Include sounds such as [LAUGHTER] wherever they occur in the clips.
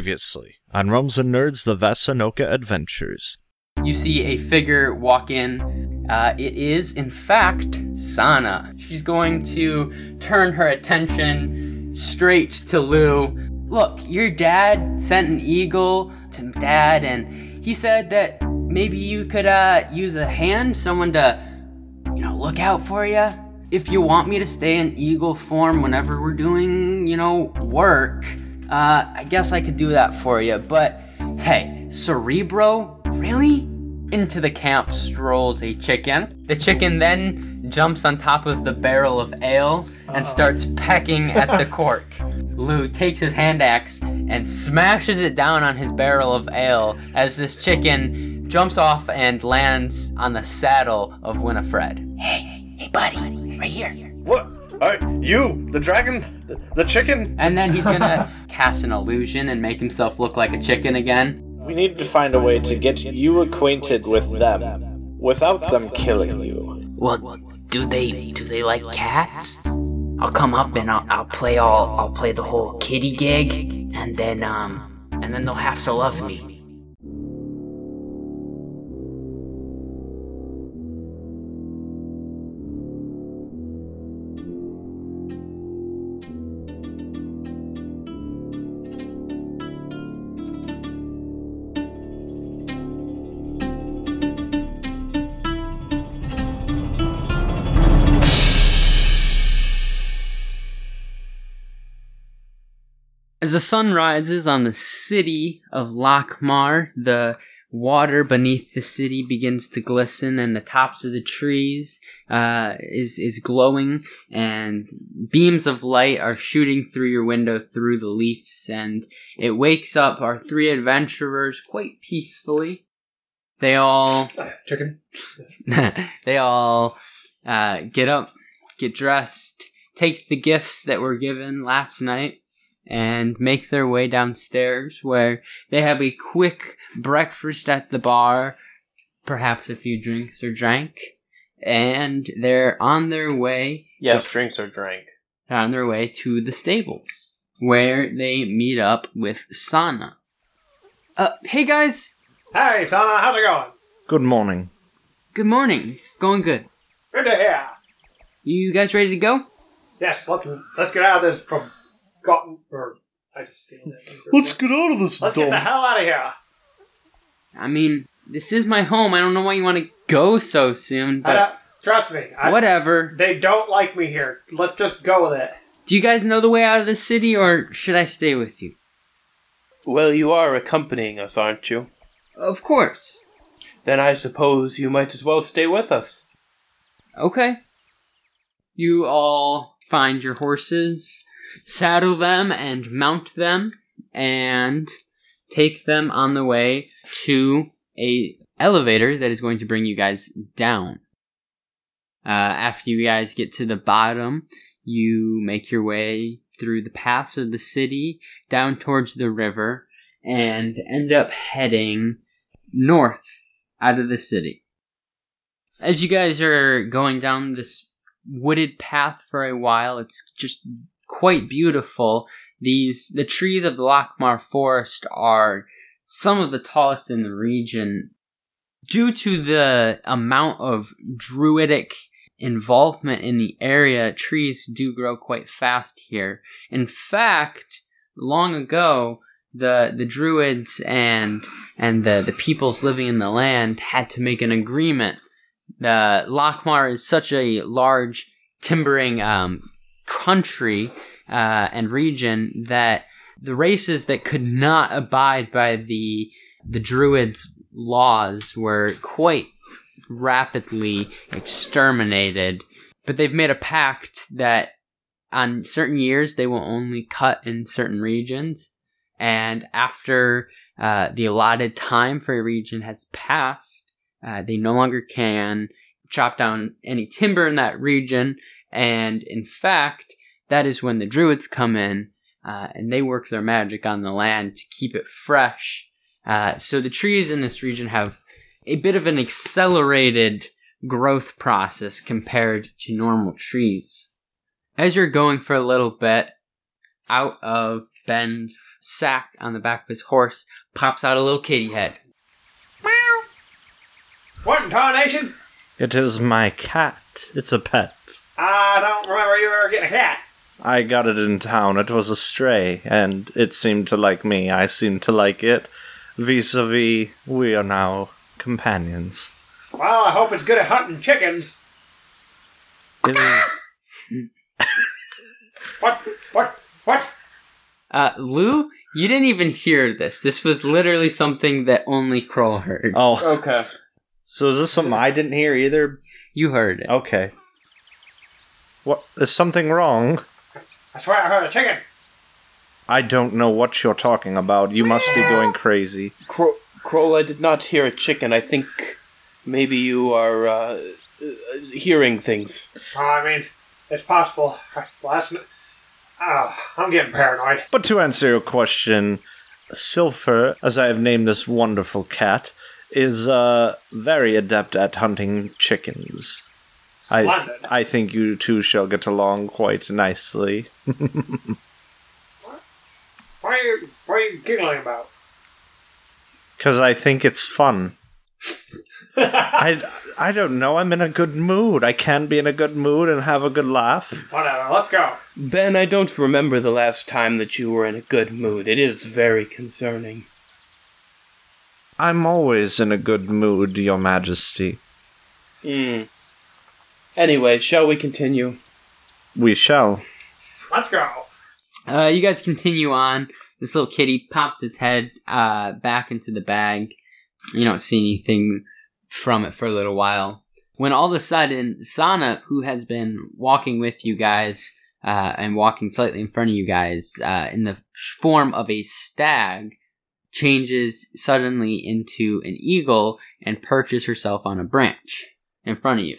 Previously on Rums and Nerds: The Vasanoka Adventures. You see a figure walk in. Uh, it is, in fact, Sana. She's going to turn her attention straight to Lou. Look, your dad sent an eagle to dad, and he said that maybe you could uh, use a hand, someone to, you know, look out for you. If you want me to stay in eagle form whenever we're doing, you know, work, uh, I guess I could do that for you. But hey, Cerebro, really? Into the camp strolls a chicken. The chicken then jumps on top of the barrel of ale and starts pecking at the cork. Lou takes his hand axe and smashes it down on his barrel of ale as this chicken jumps off and lands on the saddle of Winifred. Hey, hey, buddy, right here. What? All right, you, the dragon, the, the chicken. And then he's gonna [LAUGHS] cast an illusion and make himself look like a chicken again. We need to find a way to get you acquainted with them without them killing you. Well, do they do they like cats? I'll come up and I'll, I'll play all I'll play the whole kitty gig, and then um and then they'll have to love me. As the sun rises on the city of Lakmar, the water beneath the city begins to glisten, and the tops of the trees uh, is is glowing, and beams of light are shooting through your window through the leaves, and it wakes up our three adventurers quite peacefully. They all Chicken. [LAUGHS] they all uh, get up, get dressed, take the gifts that were given last night, and make their way downstairs where they have a quick breakfast at the bar, perhaps a few drinks are drank, and they're on their way Yes, drinks are drank. on their way to the stables, where they meet up with Sana. Uh, hey guys, Hey, Sana, how's it going? Good morning. good morning. It's going good. Good to hear. You guys ready to go? Yes, let's let's get out of this from gotten or I just feel that. get out of this let's get the hell out of here. I mean, this is my home. I don't know why you want to go so soon, I but don't- uh, trust me. I, whatever. They don't like me here. Let's just go with it. Do you guys know the way out of the city, or should I stay with you? Well, you are accompanying us, aren't you? Of course. Then I suppose you might as well stay with us. Okay. You all find your horses, saddle them, and mount them, and take them on the way to a elevator that is going to bring you guys down. Uh, after you guys get to the bottom, you make your way through the paths of the city down towards the river and end up heading north out of the city. As you guys are going down this wooded path for a while, it's just quite beautiful. These the trees of the Lochmar Forest are some of the tallest in the region. Due to the amount of druidic involvement in the area, trees do grow quite fast here. In fact, long ago, the the druids and and the, the peoples living in the land had to make an agreement uh, Lochmar is such a large timbering um, country uh, and region that the races that could not abide by the the druids' laws were quite rapidly exterminated. But they've made a pact that on certain years they will only cut in certain regions, and after uh, the allotted time for a region has passed, uh, they no longer can chop down any timber in that region. And in fact, that is when the druids come in uh, and they work their magic on the land to keep it fresh. Uh, so the trees in this region have a bit of an accelerated growth process compared to normal trees. As you're going for a little bit out of Ben's sack on the back of his horse, pops out a little kitty head. What in tarnation? It is my cat. It's a pet. I don't remember you ever getting a cat. I got it in town. It was a stray, and it seemed to like me. I seemed to like it. Vis a vis, we are now companions. Well, I hope it's good at hunting chickens. It is- What? What? What? Uh, Lou, you didn't even hear this. This was literally something that only Kroll heard. oh, Okay. so is this something I didn't hear either? You heard it. Okay. What? Is something wrong? I swear I heard a chicken. I don't know what you're talking about. You must be going crazy. Cro- Kroll, I did not hear a chicken. I think maybe you are uh, uh, hearing things. Oh, I mean, it's possible. Last night. Oh, I'm getting paranoid. But to answer your question, Silver, as I have named this wonderful cat, is uh, very adept at hunting chickens. I, Splendid. I think you two shall get along quite nicely. What are you, what are you giggling about? Because I think it's fun. [LAUGHS] I, I don't know. I'm in a good mood. I can be in a good mood and have a good laugh. Whatever, let's go. Ben, I don't remember the last time that you were in a good mood. It is very concerning. I'm always in a good mood, Your Majesty. Hmm. Anyway, shall we continue? We shall. Let's go. Uh, you guys continue on. This little kitty popped its head uh, back into the bag. You don't see anything from it for a little while. When all of a sudden, Sana, who has been walking with you guys uh, and walking slightly in front of you guys uh, in the form of a stag, changes suddenly into an eagle and perches herself on a branch in front of you.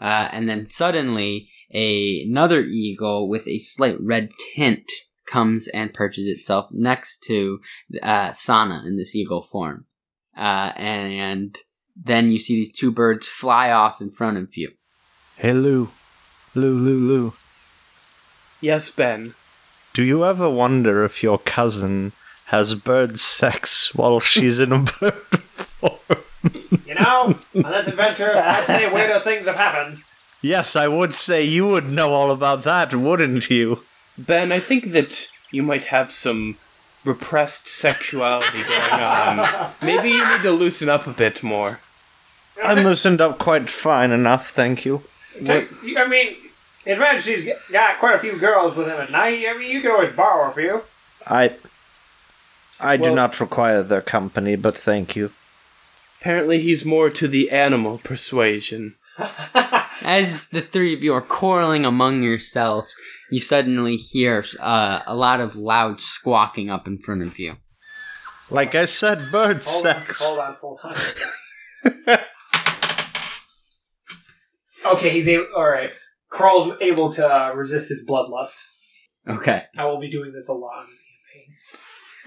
Uh, and then suddenly, a, another eagle with a slight red tint comes and perches itself next to uh, Sana in this eagle form. Uh, and then you see these two birds fly off in front of you. Hey, Lou. Lou, Lou, Lou. Yes, Ben. Do you ever wonder if your cousin has bird sex while she's in a [LAUGHS] bird form? You know, on this adventure, I'd say weirder things have happened. Yes, I would say you would know all about that, wouldn't you? Ben, I think that you might have some repressed sexuality going on. Maybe you need to loosen up a bit more. [LAUGHS] I'm loosened up quite fine enough, thank you. Take- you- I mean, His Majesty's got quite a few girls with him at night. I mean, you can always borrow a few. [LAUGHS] I. I do Well- not require their company, but thank you. Apparently, he's more to the animal persuasion. As the three of you are quarreling among yourselves, you suddenly hear uh, a lot of loud squawking up in front of you. Like I said, bird sex. Hold on, hold on. okay, he's able. All right, Carl's able to uh, resist his bloodlust. Okay. I will be doing this a lot.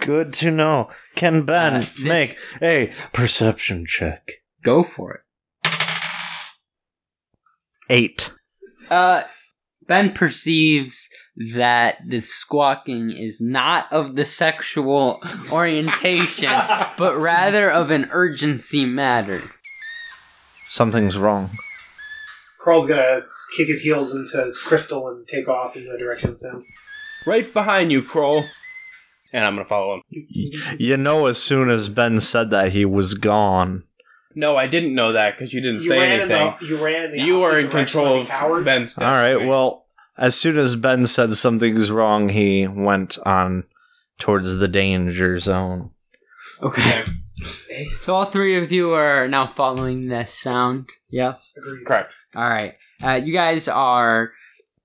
Good to know. Can Ben Uh, this- make a perception check? Go for it. Eight. Uh, ben perceives that the squawking is not of the sexual [LAUGHS] orientation, but rather of an urgency matter. Something's wrong. Carl's gonna kick his heels into Crystal and take off in the direction of sound. Right behind you, Kroll. And I'm gonna follow him. You know, as soon as Ben said that, he was gone. No, I didn't know that because you didn't You say ran in anything. the you ran in the You opposite are in direction control like a coward. of Ben's All right. destiny. Well, as soon as Ben said something's wrong, he went on towards the danger zone. Okay. So all three of you are now following this sound. Yes. Agreed. Correct. All right. Uh, you guys are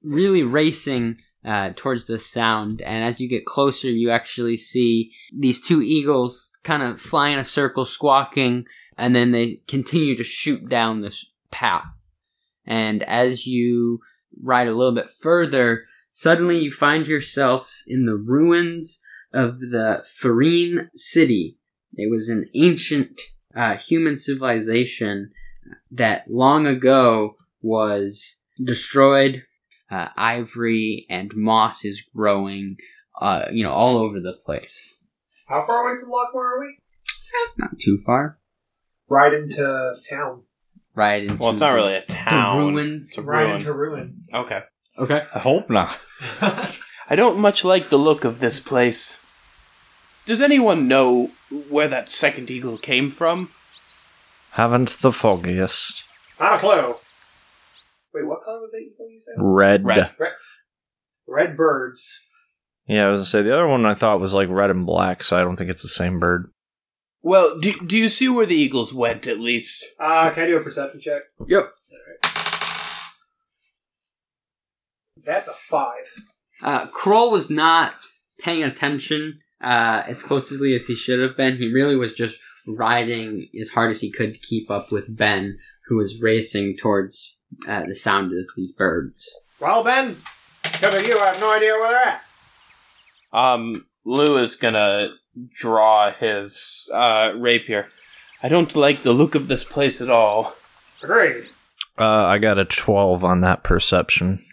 really racing uh, towards the sound, and as you get closer, you actually see these two eagles kind of fly in a circle, squawking, and then they continue to shoot down this path. And as you ride a little bit further, suddenly you find yourselves in the ruins of the Farine city. It was an ancient uh, human civilization that long ago was destroyed. Uh, ivory and moss is growing uh, you know, all over the place. How far away from Lockmore are we? Not too far. Right into town. Right into Well, it's not really a town. ruins. It's a Right ruin. into ruin. Okay. Okay. I hope not. I don't much like the look of this place. Does anyone know where that second eagle came from? Haven't the foggiest. Not a clue. Wait, what color was that eagle you said? Red. Red. Red birds. Yeah, I was gonna say the other one I thought was like red and black, so I don't think it's the same bird. Well, do, do you see where the eagles went, at least? Uh, can I do a perception check? Yep. That's a five. Uh, Kroll was not paying attention uh, as closely as he should have been. He really was just riding as hard as he could to keep up with Ben, who was racing towards uh, the sound of these birds. Well, Ben, because of you, I have no idea where they're at. Um, Lou is gonna draw his uh, rapier. I don't like the look of this place at all. Agreed. Uh, I got a twelve on that perception.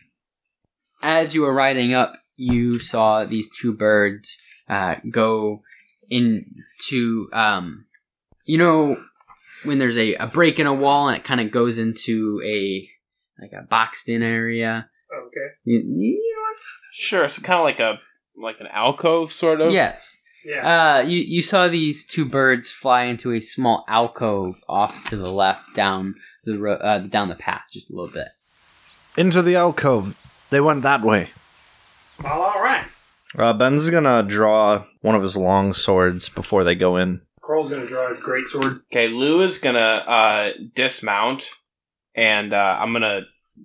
as you were riding up, you saw these two birds uh, go into, um, you know, when there's a, a break in a wall and it kind of goes into a like a boxed in area. Okay. You- you Sure, it's kind of like a like an alcove, sort know- of. yes. Yeah. Uh, you you saw these two birds fly into a small alcove off to the left down the ro- uh, down the path just a little bit. Into the alcove. They went that way. Well, all right. Uh, Ben's gonna draw one of his long swords before they go in. Kroll's gonna draw his great sword. Okay, Lou is gonna uh, dismount, and uh, I'm gonna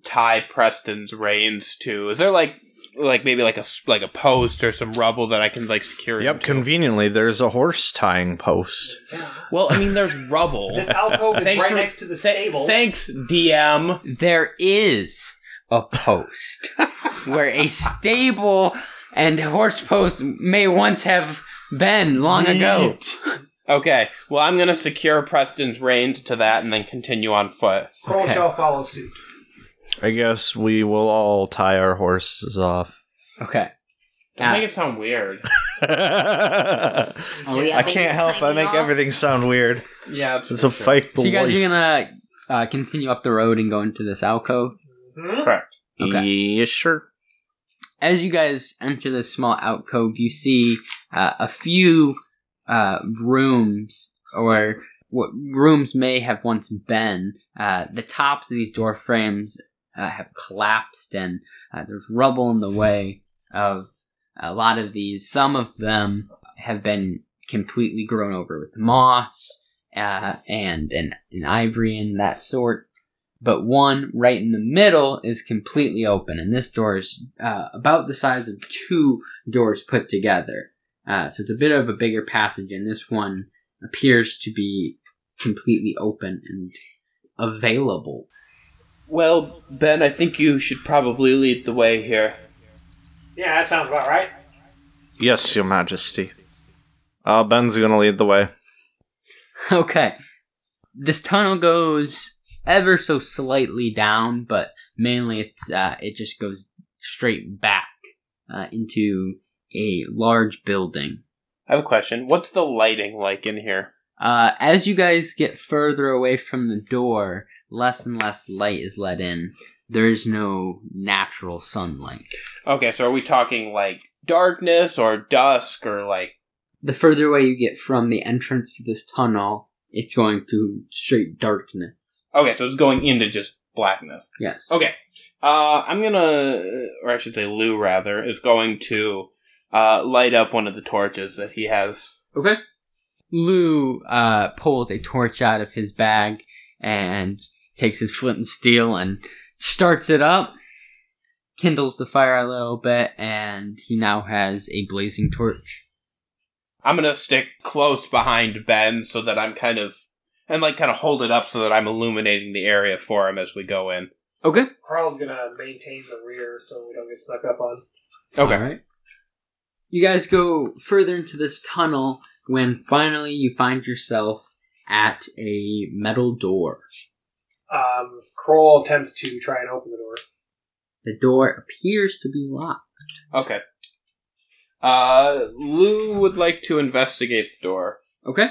tie Preston's reins to. Is there like like maybe like a s- like a post or some rubble that I can like secure? Yep, him to? conveniently, there's a horse tying post. well, I mean, there's rubble. This alcove is Thanks right for- next to the Th- stable. Thanks, DM. there is a post where a stable and horse post may once have been long ago. Okay, well, I'm gonna secure Preston's reins to that, and then continue on foot. Kroll Okay. shall follow suit. I guess we will all tie our horses off. Okay. Don't Ah. make it sound weird. Oh, yeah. I can't help. I make everything sound weird. yeah, It's a fake So you belief. guys are gonna uh, continue up the road and go into this alcove. Hmm? Okay. Yeah, sure. As you guys enter this small alcove, you see uh, a few uh, rooms or what rooms may have once been. Uh, the tops of these door frames uh, have collapsed, and uh, there's rubble in the way of a lot of these. Some of them have been completely grown over with moss uh, and an, an ivory and that sort. But one right in the middle is completely open, and this door is uh, about the size of two doors put together. Uh, so it's a bit of a bigger passage, and this one appears to be completely open and available. [LAUGHS] Well, Ben, I think you should probably lead the way here. Yeah, that sounds about right. Yes, Your Majesty. Uh, Ben's gonna lead the way. Okay. This tunnel goes ever so slightly down, but mainly it's uh, it just goes straight back uh, into a large building. I have a question. What's the lighting like in here? Uh, as you guys get further away from the door, less and less light is let in. There is no natural sunlight. Okay, so are we talking like darkness or dusk or like? The further away you get from the entrance to this tunnel, it's going to straight darkness. Okay, so it's going into just blackness. Yes. Okay, uh, I'm gonna, or I should say, Lou rather is going to uh, light up one of the torches that he has. Okay. Lou uh, pulls a torch out of his bag and takes his flint and steel and starts it up, kindles the fire a little bit, and he now has a blazing torch. I'm gonna stick close behind Ben so that I'm kind of and like kind of hold it up so that I'm illuminating the area for him as we go in. Okay. Carl's gonna maintain the rear so we don't get snuck up on. Okay. All right. You guys go further into this tunnel when finally you find yourself at a metal door. Um, Kroll attempts to try and open the door. The door appears to be locked. Okay. Uh, Lou would like to investigate the door. Okay.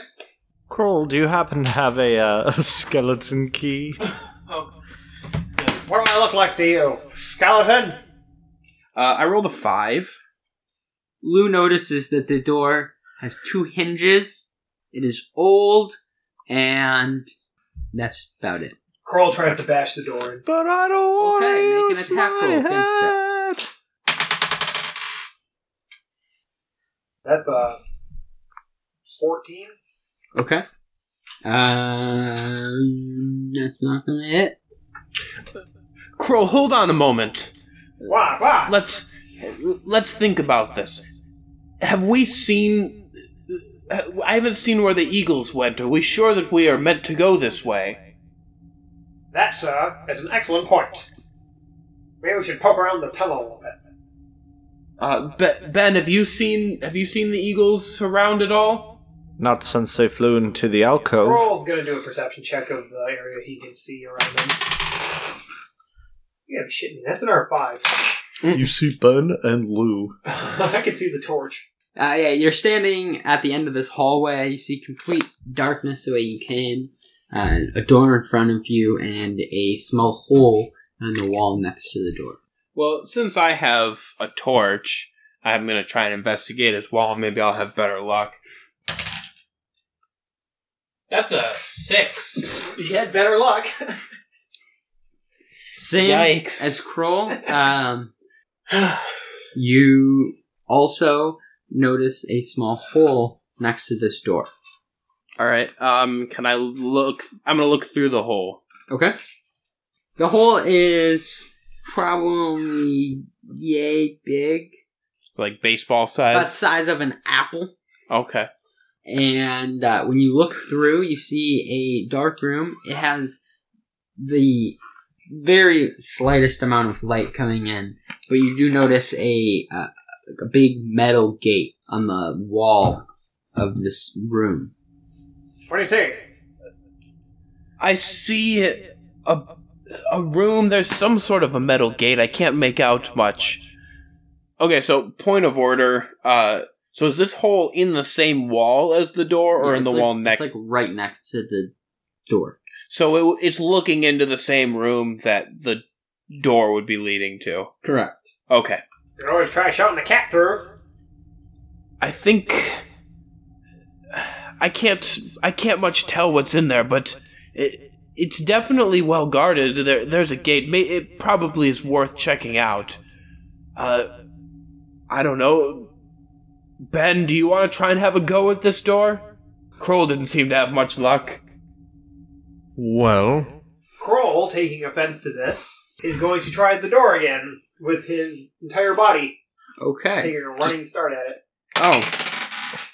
Kroll, do you happen to have a, uh, [LAUGHS] skeleton key? What do I look like to you? Skeleton? Uh, I rolled a five. Lou notices that the door has two hinges. It is old, and that's about it. Kroll tries to bash the door in. But I don't want to Okay, make an use attack my roll against head. That's uh, 14? Okay. Um, that's not gonna hit. Crow, hold on a moment. Why? Why? Let's let's think about this. Have we seen? I haven't seen where the eagles went. Are we sure that we are meant to go this way? That, sir, is uh, an excellent point. Maybe we should poke around the tunnel a little bit. Uh, Be- Ben, have you seen have you seen the eagles around at all? Not since they flew into the alcove. Kroll's gonna do a perception check of the area he can see around him. You gotta be shitting me. That's [LAUGHS] an R5. You see Ben and Lou. I can see the torch. Uh, yeah, you're standing at the end of this hallway. You see complete darkness the way you came. Uh, a door in front of you and a small hole on the wall next to the door. Well, since I have a torch, I'm gonna try and investigate as well. Maybe I'll have better luck. That's a six. You had [LAUGHS] better luck. Same Yikes. as [LAUGHS] Kroll. Um, you also notice a small hole next to this door. All right. Um, can I look? I'm gonna look through the hole. Okay. The hole is probably yay big, like baseball about size. size of an apple. okay. And uh, when you look through, you see a dark room. It has the very slightest amount of light coming in, but you do notice a uh, a big metal gate on the wall of this room. What do you say? I see a a room. There's some sort of a metal gate. I can't make out much. Okay, so point of order. Uh, so is this hole in the same wall as the door, or Yeah, in it's the like- wall next? It's like right next to the door. so it, it's looking into the same room that the door would be leading to. Correct. Okay. You can always try shouting the cat through. I think I can't I can't much tell what's in there, but it it's definitely well guarded. There there's a gate. May, it probably is worth checking out. Uh, I don't know. Ben, do you want to try and have a go at this door? Kroll didn't seem to have much luck. Well, Kroll, taking offense to this, is going to try the door again with his entire body, Okay. taking a running start at it. Oh,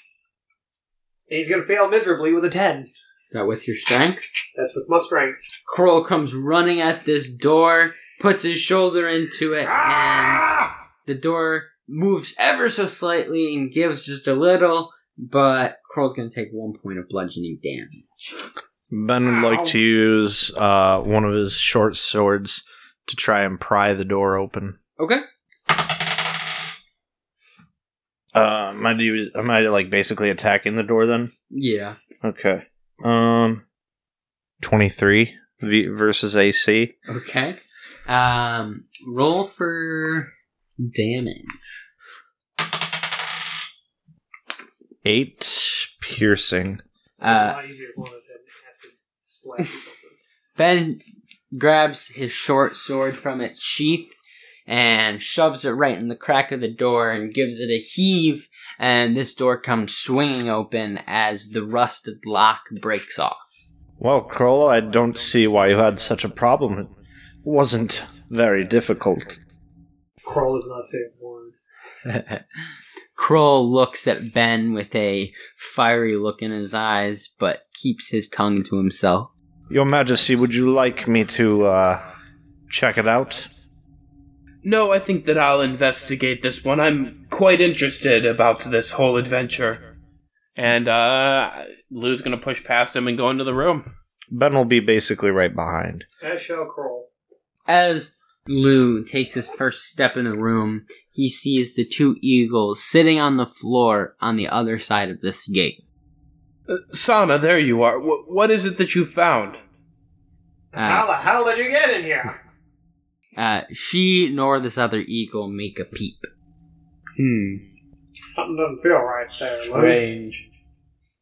And he's going to fail miserably with a 10. That with your strength. That's with my strength. Kroll comes running at this door, puts his shoulder into it, and Ah! the door moves ever so slightly and gives just a little, but Kroll's gonna take one point of bludgeoning damage. Ben would like to use uh, one of his short swords to try and pry the door open. Okay. Uh, am I, do- am I like basically attacking the door then? Yeah. Okay. Um, twenty three v- versus AC. Okay. Um roll for damage. Eight piercing. Uh it's a lot easier if one of us had an acid splash or something. Ben grabs his short sword from its sheath and shoves it right in the crack of the door and gives it a heave, and this door comes swinging open as the rusted lock breaks off. Well, Kroll, I don't see why you had such a problem. It wasn't very difficult. Kroll does not say a word. [LAUGHS] Kroll looks at Ben with a fiery look in his eyes, but keeps his tongue to himself. Your Majesty, would you like me to uh, check it out? no, I think that I'll investigate this one. I'm quite interested about this whole adventure. And uh, Lou's gonna push past him and go into the room. Ben will be basically right behind. As shall Kroll. As Lou takes his first step in the room, he sees the two eagles sitting on the floor on the other side of this gate. Sana, there you are. Wh- what is it that you found? Uh, How Ah. the hell did you get in here? uh, she nor this other eagle make a peep. Hmm. Something doesn't feel right there. Lou. Strange.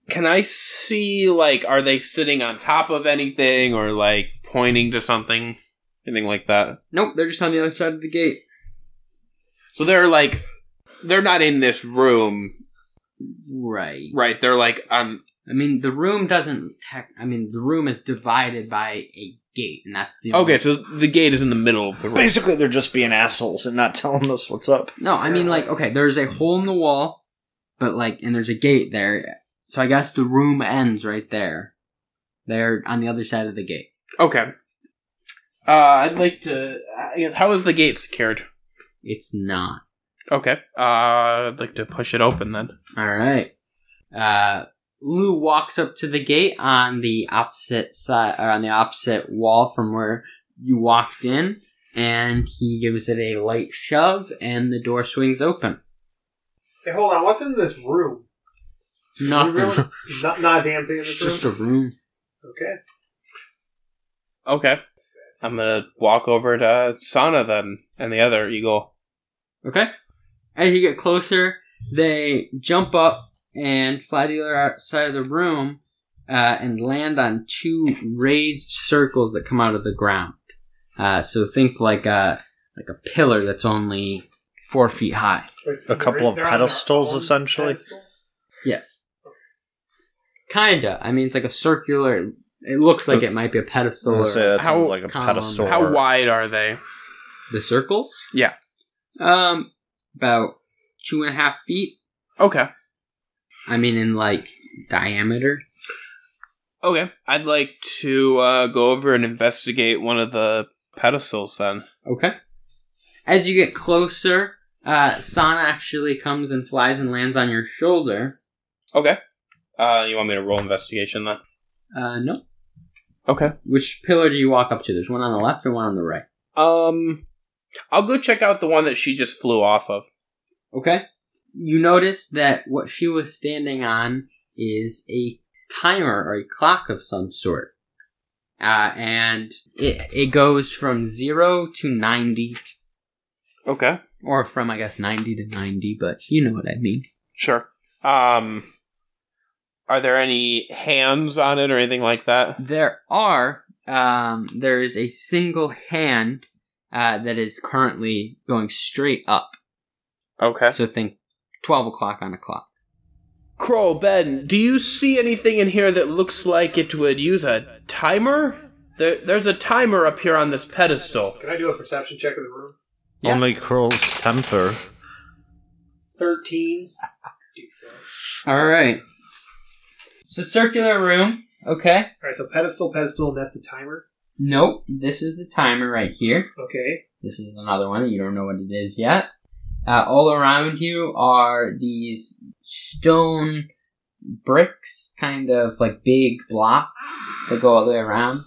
Can I see, like, are they sitting on top of anything or, like, pointing to something? Anything like that? Nope, they're just on the other side of the gate. So they're, like, they're not in this room, Right. right? They're, like, on. I mean, the room doesn't. Tech- I mean, the room is divided by a gate, and that's the. Okay, so the gate is in the middle of the room. Basically, they're just being assholes and not telling us what's up. No, I mean like okay, there's a hole in the wall, but like and there's a gate there. So I guess the room ends right there. They're on the other side of the gate. Okay. Uh, I'd like to. I guess- How is the gate secured? It's not. Okay. Uh, I'd like to push it open then. All right. Uh Lou walks up to the gate on the opposite side or on the opposite wall from where you walked in and he gives it a light shove and the door swings open. Hey, hold on. What's in this room? Nothing. [LAUGHS] Really? not, not a damn thing in It's this just room. a room. Okay. Okay. I'm gonna walk over to Sana then and the other eagle. Okay. As you get closer, they jump up and fly to the other side of the room uh, and land on two raised circles that come out of the ground. Uh, so think like a like a pillar that's only four feet high. Wait, A couple of they're on their pedestals, own essentially? pedestals? Yes. Kinda. I mean, it's like a circular. It looks like it might be a I'm pedestal. gonna Or say that How- sounds like a Column. pedestal. How or- wide are they? the circles? Yeah. Um, about two and a half feet. Okay. I mean, in like diameter. Okay. I'd like to uh, go over and investigate one of the pedestals then. Okay. As you get closer, uh, Sana actually comes and flies and lands on your shoulder. Okay. Uh, you want me to roll investigation then? Uh, no. Okay. Which pillar do you walk up to? There's one on the left and one on the right. Um, I'll go check out the one that she just flew off of. Okay. You notice that what she was standing on is a timer or a clock of some sort. Uh, and it, it goes from 0 to 90, Okay. or from, I guess, 90 to 90, but you know what I mean. Sure. Um, are there any hands on it or anything like that? There are. Um, there is a single hand uh, that is currently going straight up. Okay. So think 12 o'clock on the clock. Kroll, Ben, do you see anything in here that looks like it would use a timer? There, there's a timer up here on this [LAUGHS] pedestal. Can I do a perception check of the room? Yeah. Only Kroll's temper. Thirteen. All right. So circular room. Okay. All right. So pedestal, pedestal, and that's the timer. Nope. This is the timer right here. Okay. This is another one. You don't know what it is yet. Uh, all around you are these stone bricks, kind of like big blocks that go all the way around.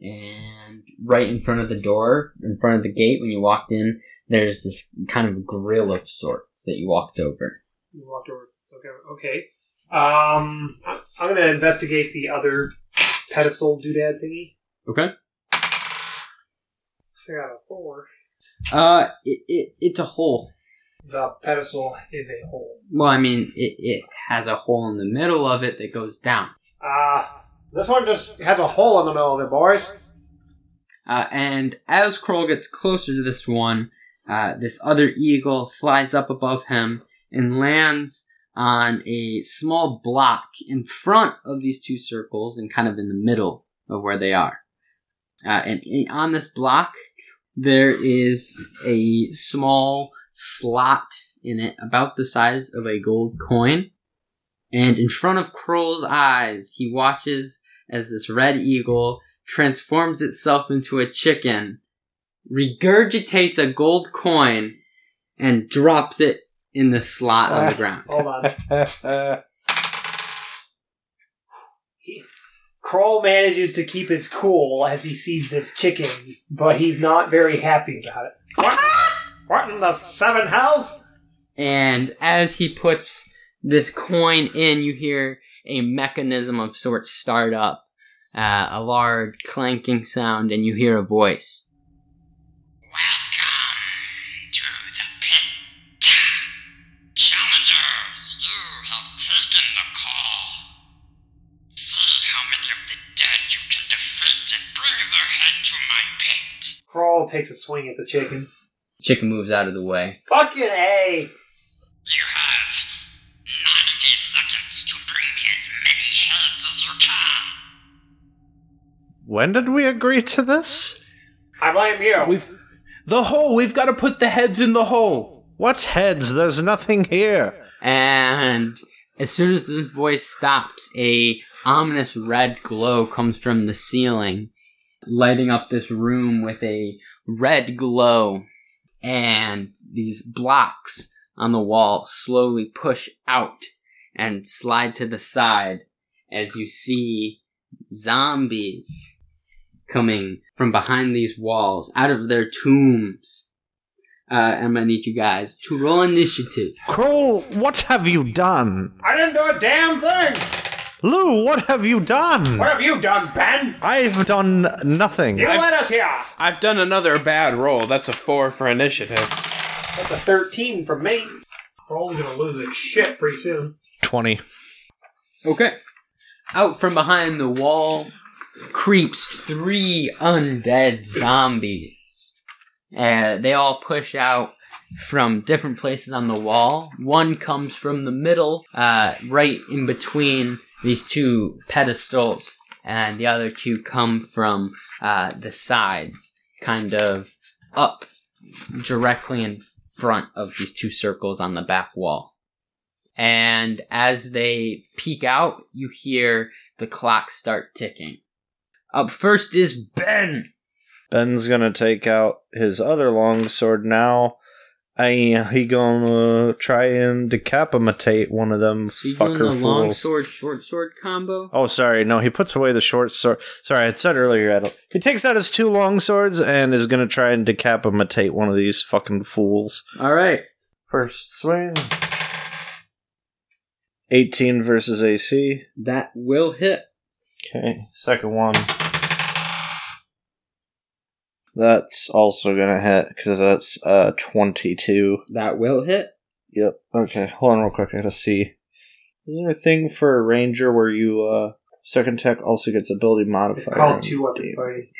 And right in front of the door, in front of the gate, when you walked in, there's this kind of grill of sorts that you walked over. You walked over. Okay. Okay. Um, I- I'm gonna investigate the other pedestal doodad thingy. Okay. I got a four. Uh, it, it, it's a hole. The pedestal is a hole. Well, I mean, it, it has a hole in the middle of it that goes down. Uh, Ah, this one just has a hole in the middle of it, boys. Uh, and as Kroll gets closer to this one, uh, this other eagle flies up above him and lands on a small block in front of these two circles and kind of in the middle of where they are. Uh, and i- on this block, there is a small slot in it about the size of a gold coin. And in front of Kroll's eyes, he watches as this red eagle transforms itself into a chicken, regurgitates a gold coin, and drops it in the slot on [LAUGHS] the ground. Hold on. Kroll manages to keep his cool as he sees this chicken, but he's not very happy about it. What? What in the seven hells? And as he puts this coin in, you hear a mechanism of sorts start up, uh, a large clanking sound, and you hear a voice. Welcome to the pit. Challengers, you have taken the call. See how many of the dead you can defeat and bring their head to my pit. Kroll takes a swing at the chicken. Chicken moves out of the way. Fucking A! You have 90 seconds to bring me as many heads as you can. When did we agree to this? I blame you. We've the hole. We've got to put the heads in the hole. What heads? There's nothing here. And as soon as this voice stops, a ominous red glow comes from the ceiling, lighting up this room with a red glow. And these blocks on the wall slowly push out and slide to the side as you see zombies coming from behind these walls, out of their tombs. Uh, I'm gonna need you guys to roll initiative. Kroll, what have you done? I didn't do a damn thing. Lou, what have you done? What have you done, Ben? I've done nothing. You let us here. I've done another bad roll. That's a four for initiative. That's a 13 from me. Kroll's gonna lose his shit pretty soon. 20. Okay. Out from behind the wall creeps three undead zombies. Uh, they all push out from different places on the wall. One comes from the middle, uh, right in between these two pedestals, and the other two come from uh, the sides, kind of up directly in front of these two circles on the back wall and as they peek out, you hear the clock start ticking. Up first is Ben. Ben's gonna take out his other longsword now. And he gonna try and decapitate one of them So you doing fucker the fools. long sword, short sword combo? Oh, sorry. No, he puts away the short sword. Sorry, I said earlier. I don't- He takes out his two long swords and is going to try and decapitate one of these fucking fools. All right. First swing. 18 versus AC. That will hit. Okay, second one. That's also going to hit because that's uh 22. That will hit. Yep. Okay, hold on real quick. I gotta see. Is there a thing for a ranger where you uh second tech also gets ability It's modifier? called on two weapon damage? fighting.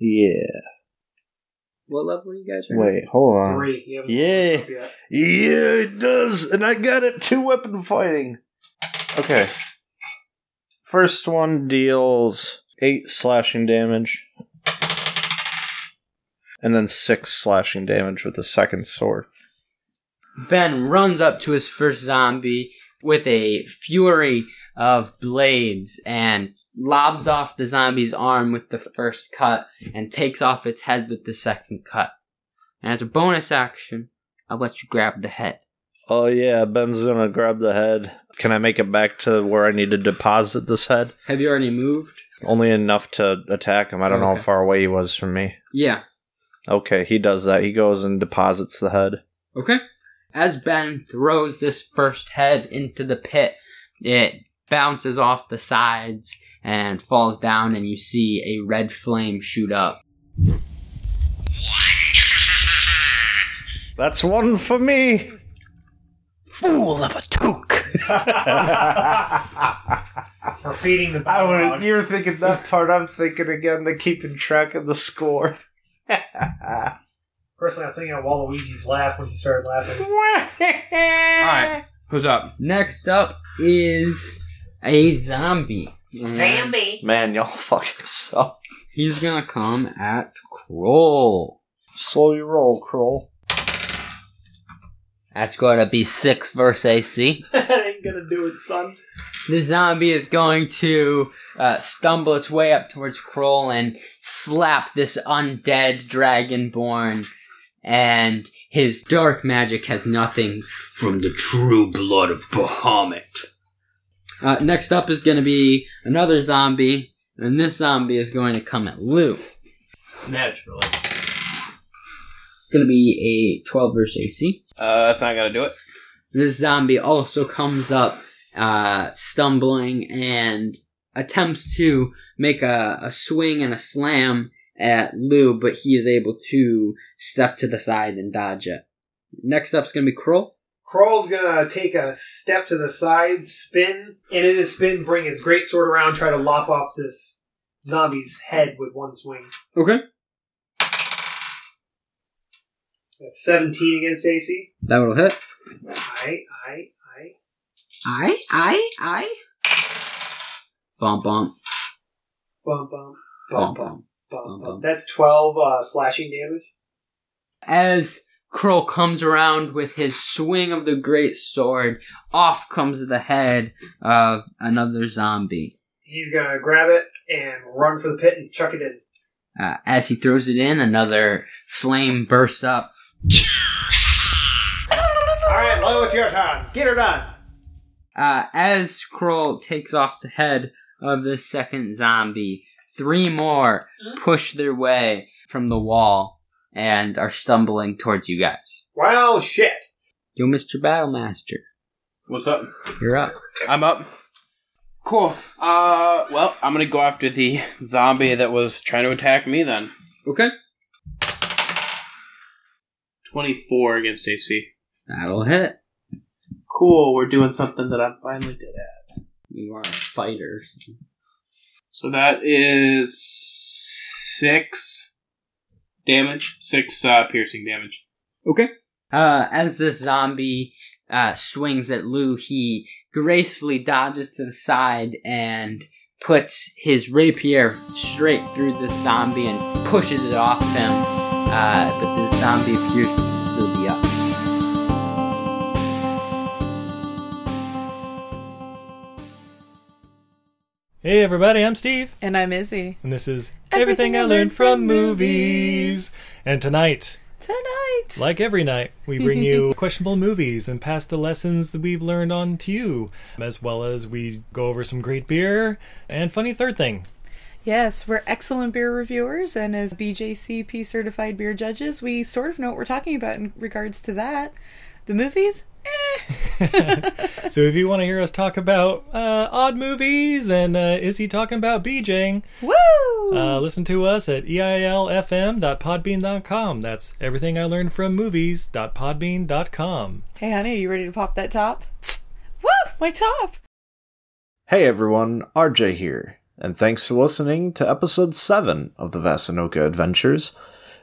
Yeah. What level are you guys right Wait, hold on. Three. You haven't yeah. rolled this up [LAUGHS] yet. Yeah, it does, and I got it. Two weapon fighting. Okay. First one deals eight slashing damage, and then six slashing damage with the second sword. now? Ben runs up to his first zombie with a fury of blades and lobs off the zombie's arm with the first cut and takes off its head with the second cut. And as a bonus action, I'll let you grab the head. Oh yeah, Ben's gonna grab the head. Can I make it back to where I need to deposit this head? Have you already moved? Only enough to attack him. I don't know how Okay. far away he was from me. Yeah. Okay, he does that. He goes and deposits the head. Okay. As Ben throws this first head into the pit, it bounces off the sides and falls down, and you see a red flame shoot up. That's one for me. Fool of a toque. [LAUGHS] We're feeding the I dog. would. You're thinking that part. I'm thinking again. The keeping track of the score. Personally, I was thinking of Waluigi's laugh when he started laughing. [LAUGHS] All right, who's up? Next up is a zombie. And [LAUGHS] Man, y'all [LAUGHS] fucking suck. He's gonna come at Kroll. Slow your roll, Kroll. That's gonna be 6 versus AC. that ain't gonna do it, son. The zombie is going to uh, stumble its way up towards Kroll and slap this undead dragonborn. And his dark magic has nothing from the true blood of Bahamut. Uh, next up is going to be another zombie, and this zombie is going to come at Lou. It's Naturally. going to be a 12 versus AC. Uh, that's not gonna do it. This zombie also comes up, uh, stumbling and attempts to make a, a swing and a slam at Lou, but he is able to step to the side and dodge it. Next up's going to be Kroll. Crawl's gonna take a step to the side, spin, and in his spin, bring his great sword around, try to lop off this zombie's head with one swing. Okay. That's 17 against AC. That will hit. Aye, aye, aye. I, I, I. Bump, bump, Bum, bum, bump, bum, bum, bump. bum, bum. bum. That's 12 uh, slashing damage. As Kroll comes around with his swing of the great sword, off comes the head of another zombie. He's gonna grab it and run for the pit and chuck it in. Uh, as he throws it in, another flame bursts up. Alright, Lou, it's your turn. Get her done. Uh, as Kroll takes off the head of the second zombie, three more push their way from the wall and are stumbling towards you guys. Well, shit. Yo, Mr. Battlemaster, What's up? you're up. I'm up. Cool. Uh, well, I'm gonna go after the zombie that was trying to attack me then. Okay. 24 against AC. That'll hit. Cool, we're doing something that I'm finally good at. You are a fighter. So that is 6 damage. 6 uh, piercing damage. Okay. Uh, as this zombie uh, swings at Lou, he gracefully dodges to the side and puts his rapier straight through the zombie and pushes it off him. Uh, but the zombie appears to still be up. Hey everybody, I'm Steve, And I'm Izzy. and this is Everything I Learned from Movies. And tonight, Tonight. like every night, we bring [LAUGHS] you questionable movies and pass the lessons that we've learned on to you, as well as we go over some great beer and funny third thing. Yes, we're excellent beer reviewers, and as BJCP certified beer judges, we sort of know what we're talking about in regards to that. The movies? Eh. So if you want to hear us talk about uh, odd movies and uh, is he talking about BJing, Woo! uh, listen to us at eilfm.podbean.com. That's everything I learned from movies.podbean.com. hey, honey, are you ready to pop that top? Woo! My top! Hey everyone, RJ here, and thanks for listening to episode 7 of the Vasanoka Adventures.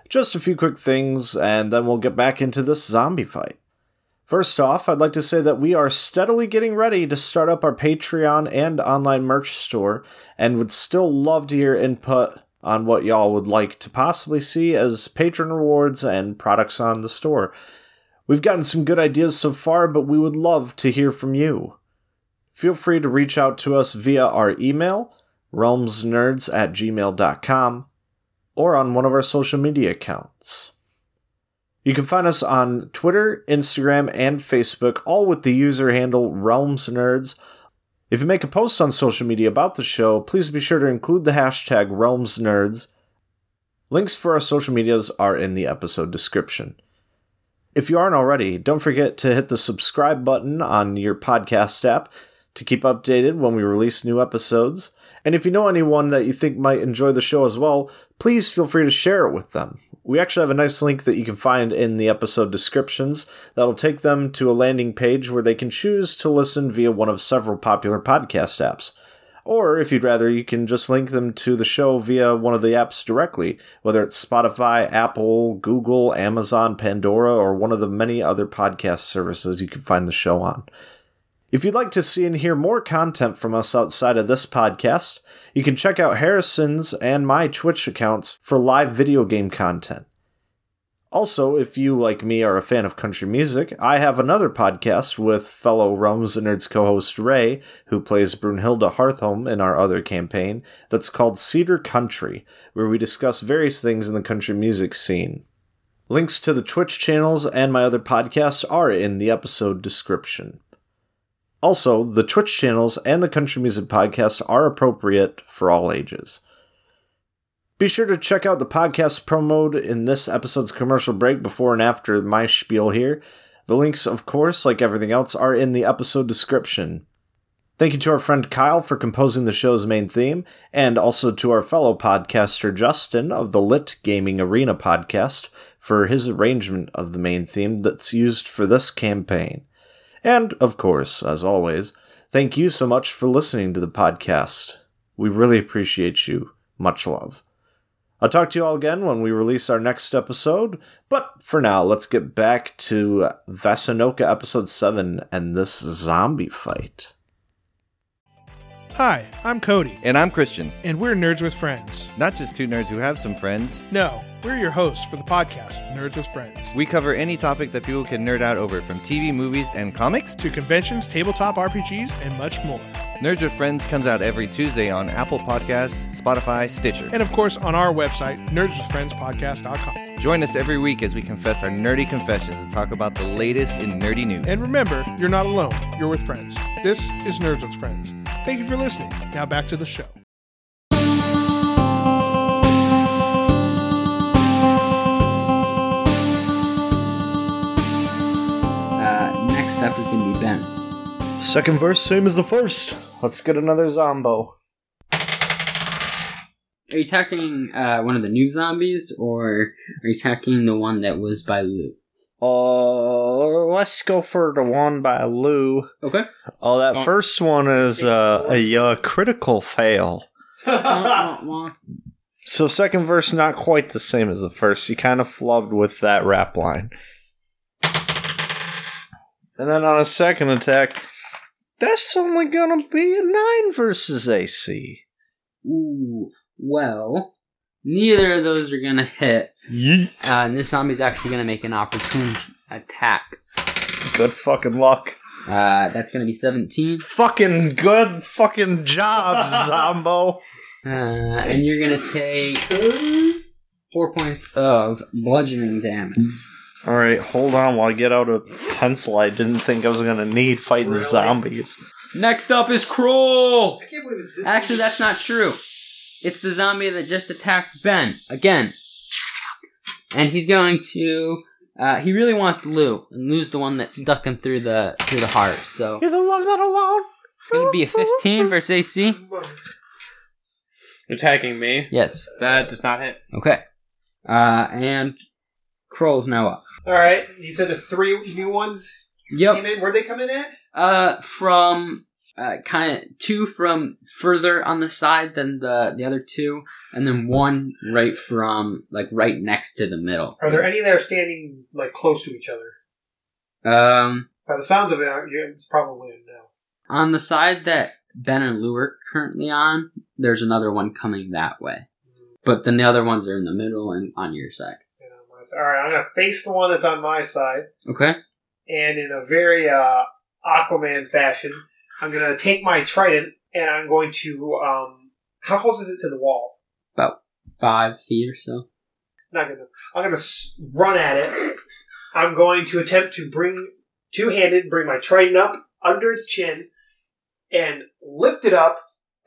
Just a few quick things, and then we'll get back into this zombie fight. First off, I'd like to say that we are steadily getting ready to start up our Patreon and online merch store, and would still love to hear input on what y'all would like to possibly see as patron rewards and products on the store. We've gotten some good ideas so far, but we would love to hear from you feel free to reach out to us via our email, realmsnerds at gmail.com, or on one of our social media accounts. You can find us on Twitter, Instagram, and Facebook, all with the user handle RealmsNerds. If you make a post on social media about the show, please be sure to include the hashtag RealmsNerds. Links for our social medias are in the episode description. If you aren't already, don't forget to hit the subscribe button on your podcast app to keep updated when we release new episodes. And if you know anyone that you think might enjoy the show as well, please feel free to share it with them. We actually have a nice link that you can find in the episode descriptions that'll take them to a landing page where they can choose to listen via one of several popular podcast apps. Or if you'd rather, you can just link them to the show via one of the apps directly, whether it's Spotify, Apple, Google, Amazon, Pandora, or one of the many other podcast services you can find the show on. If you'd like to see and hear more content from us outside of this podcast, you can check out Harrison's and my Twitch accounts for live video game content. Also, if you, like me, are a fan of country music, I have another podcast with fellow Realms and Nerds co host Ray, who plays Brunhilde Hearthholm in our other campaign, that's called Cedar Country, where we discuss various things in the country music scene. Links to the Twitch channels and my other podcasts are in the episode description. Also, the Twitch channels and the Country Music Podcast are appropriate for all ages. Be sure to check out the podcast promo in this episode's commercial break before and after my spiel here. The links, of course, like everything else, are in the episode description. Thank you to our friend Kyle for composing the show's main theme, and also to our fellow podcaster Justin of the Lit Gaming Arena podcast for his arrangement of the main theme that's used for this campaign. And, of course, as always, thank you so much for listening to the podcast. We really appreciate you. Much love. I'll talk to you all again when we release our next episode, but for now, let's get back to Vasanoka Episode 7 and this zombie fight. Hi, I'm Cody, And I'm Christian. and we're Nerds with Friends. Not just two nerds who have some friends. No, we're your hosts for the podcast, Nerds with Friends, We cover any topic that people can nerd out over, from TV, movies, and comics. to conventions, tabletop RPGs, and much more. Nerds with Friends comes out every Tuesday on Apple Podcasts, Spotify, Stitcher. And of course, on our website, nerdswithfriendspodcast.com. Join us every week as we confess our nerdy confessions and talk about the latest in nerdy news. And remember, you're not alone, you're with friends. This is Nerds with Friends. Thank you for listening. Now back to the show. Uh, next up is going to be Ben. Second verse, same as the first. Let's get another Zombo. Are you talking uh, one of the new zombies, or are you talking the one that was by Lou? Uh, let's go for the one by Lou. Okay. Oh, that first one is uh, a uh, critical fail. So second verse not quite the same as the first. You kind of flubbed with that rap line. And then on a second attack, that's only gonna be a nine versus AC. Ooh, well, neither of those are gonna hit. Uh, and this zombie's actually gonna make an opportune attack. Good fucking luck. Uh, that's gonna be seventeen. Fucking good fucking job, Zombo. Uh, and you're gonna take four points of bludgeoning damage. All right, hold on while I get out a pencil I didn't think I was gonna need fighting zombies. Next up is Cruel. I can't believe it's this. Actually, that's not true. It's the zombie that just attacked Ben again, and he's going to. Uh, he really wants Lou, and Lou's the one that stuck him through the through the heart. So You're the one that I want. it's gonna be a fifteen versus AC. Attacking me. Yes. That does not hit. Okay. Uh, and Kroll's now up. All right, you said the three new ones came Yep. in. Where'd they come in at? Uh, from uh, kind of two from further on the side than the the other two, and then one right from like right next to the middle. Are there any that are standing like close to each other? Um, By the sounds of it, I- yeah, it's probably a no. on the side that Ben and Lou are currently on, there's another one coming that way, but then the other ones are in the middle and on your side. All right, I'm gonna face the one that's on my side, Okay. and in a very uh, Aquaman fashion, I'm gonna take my trident and I'm going to. Um, how close is it to the wall? About five feet or so. Not gonna. I'm gonna s- run at it. I'm going to attempt to bring two handed, bring my trident up under its chin, and lift it up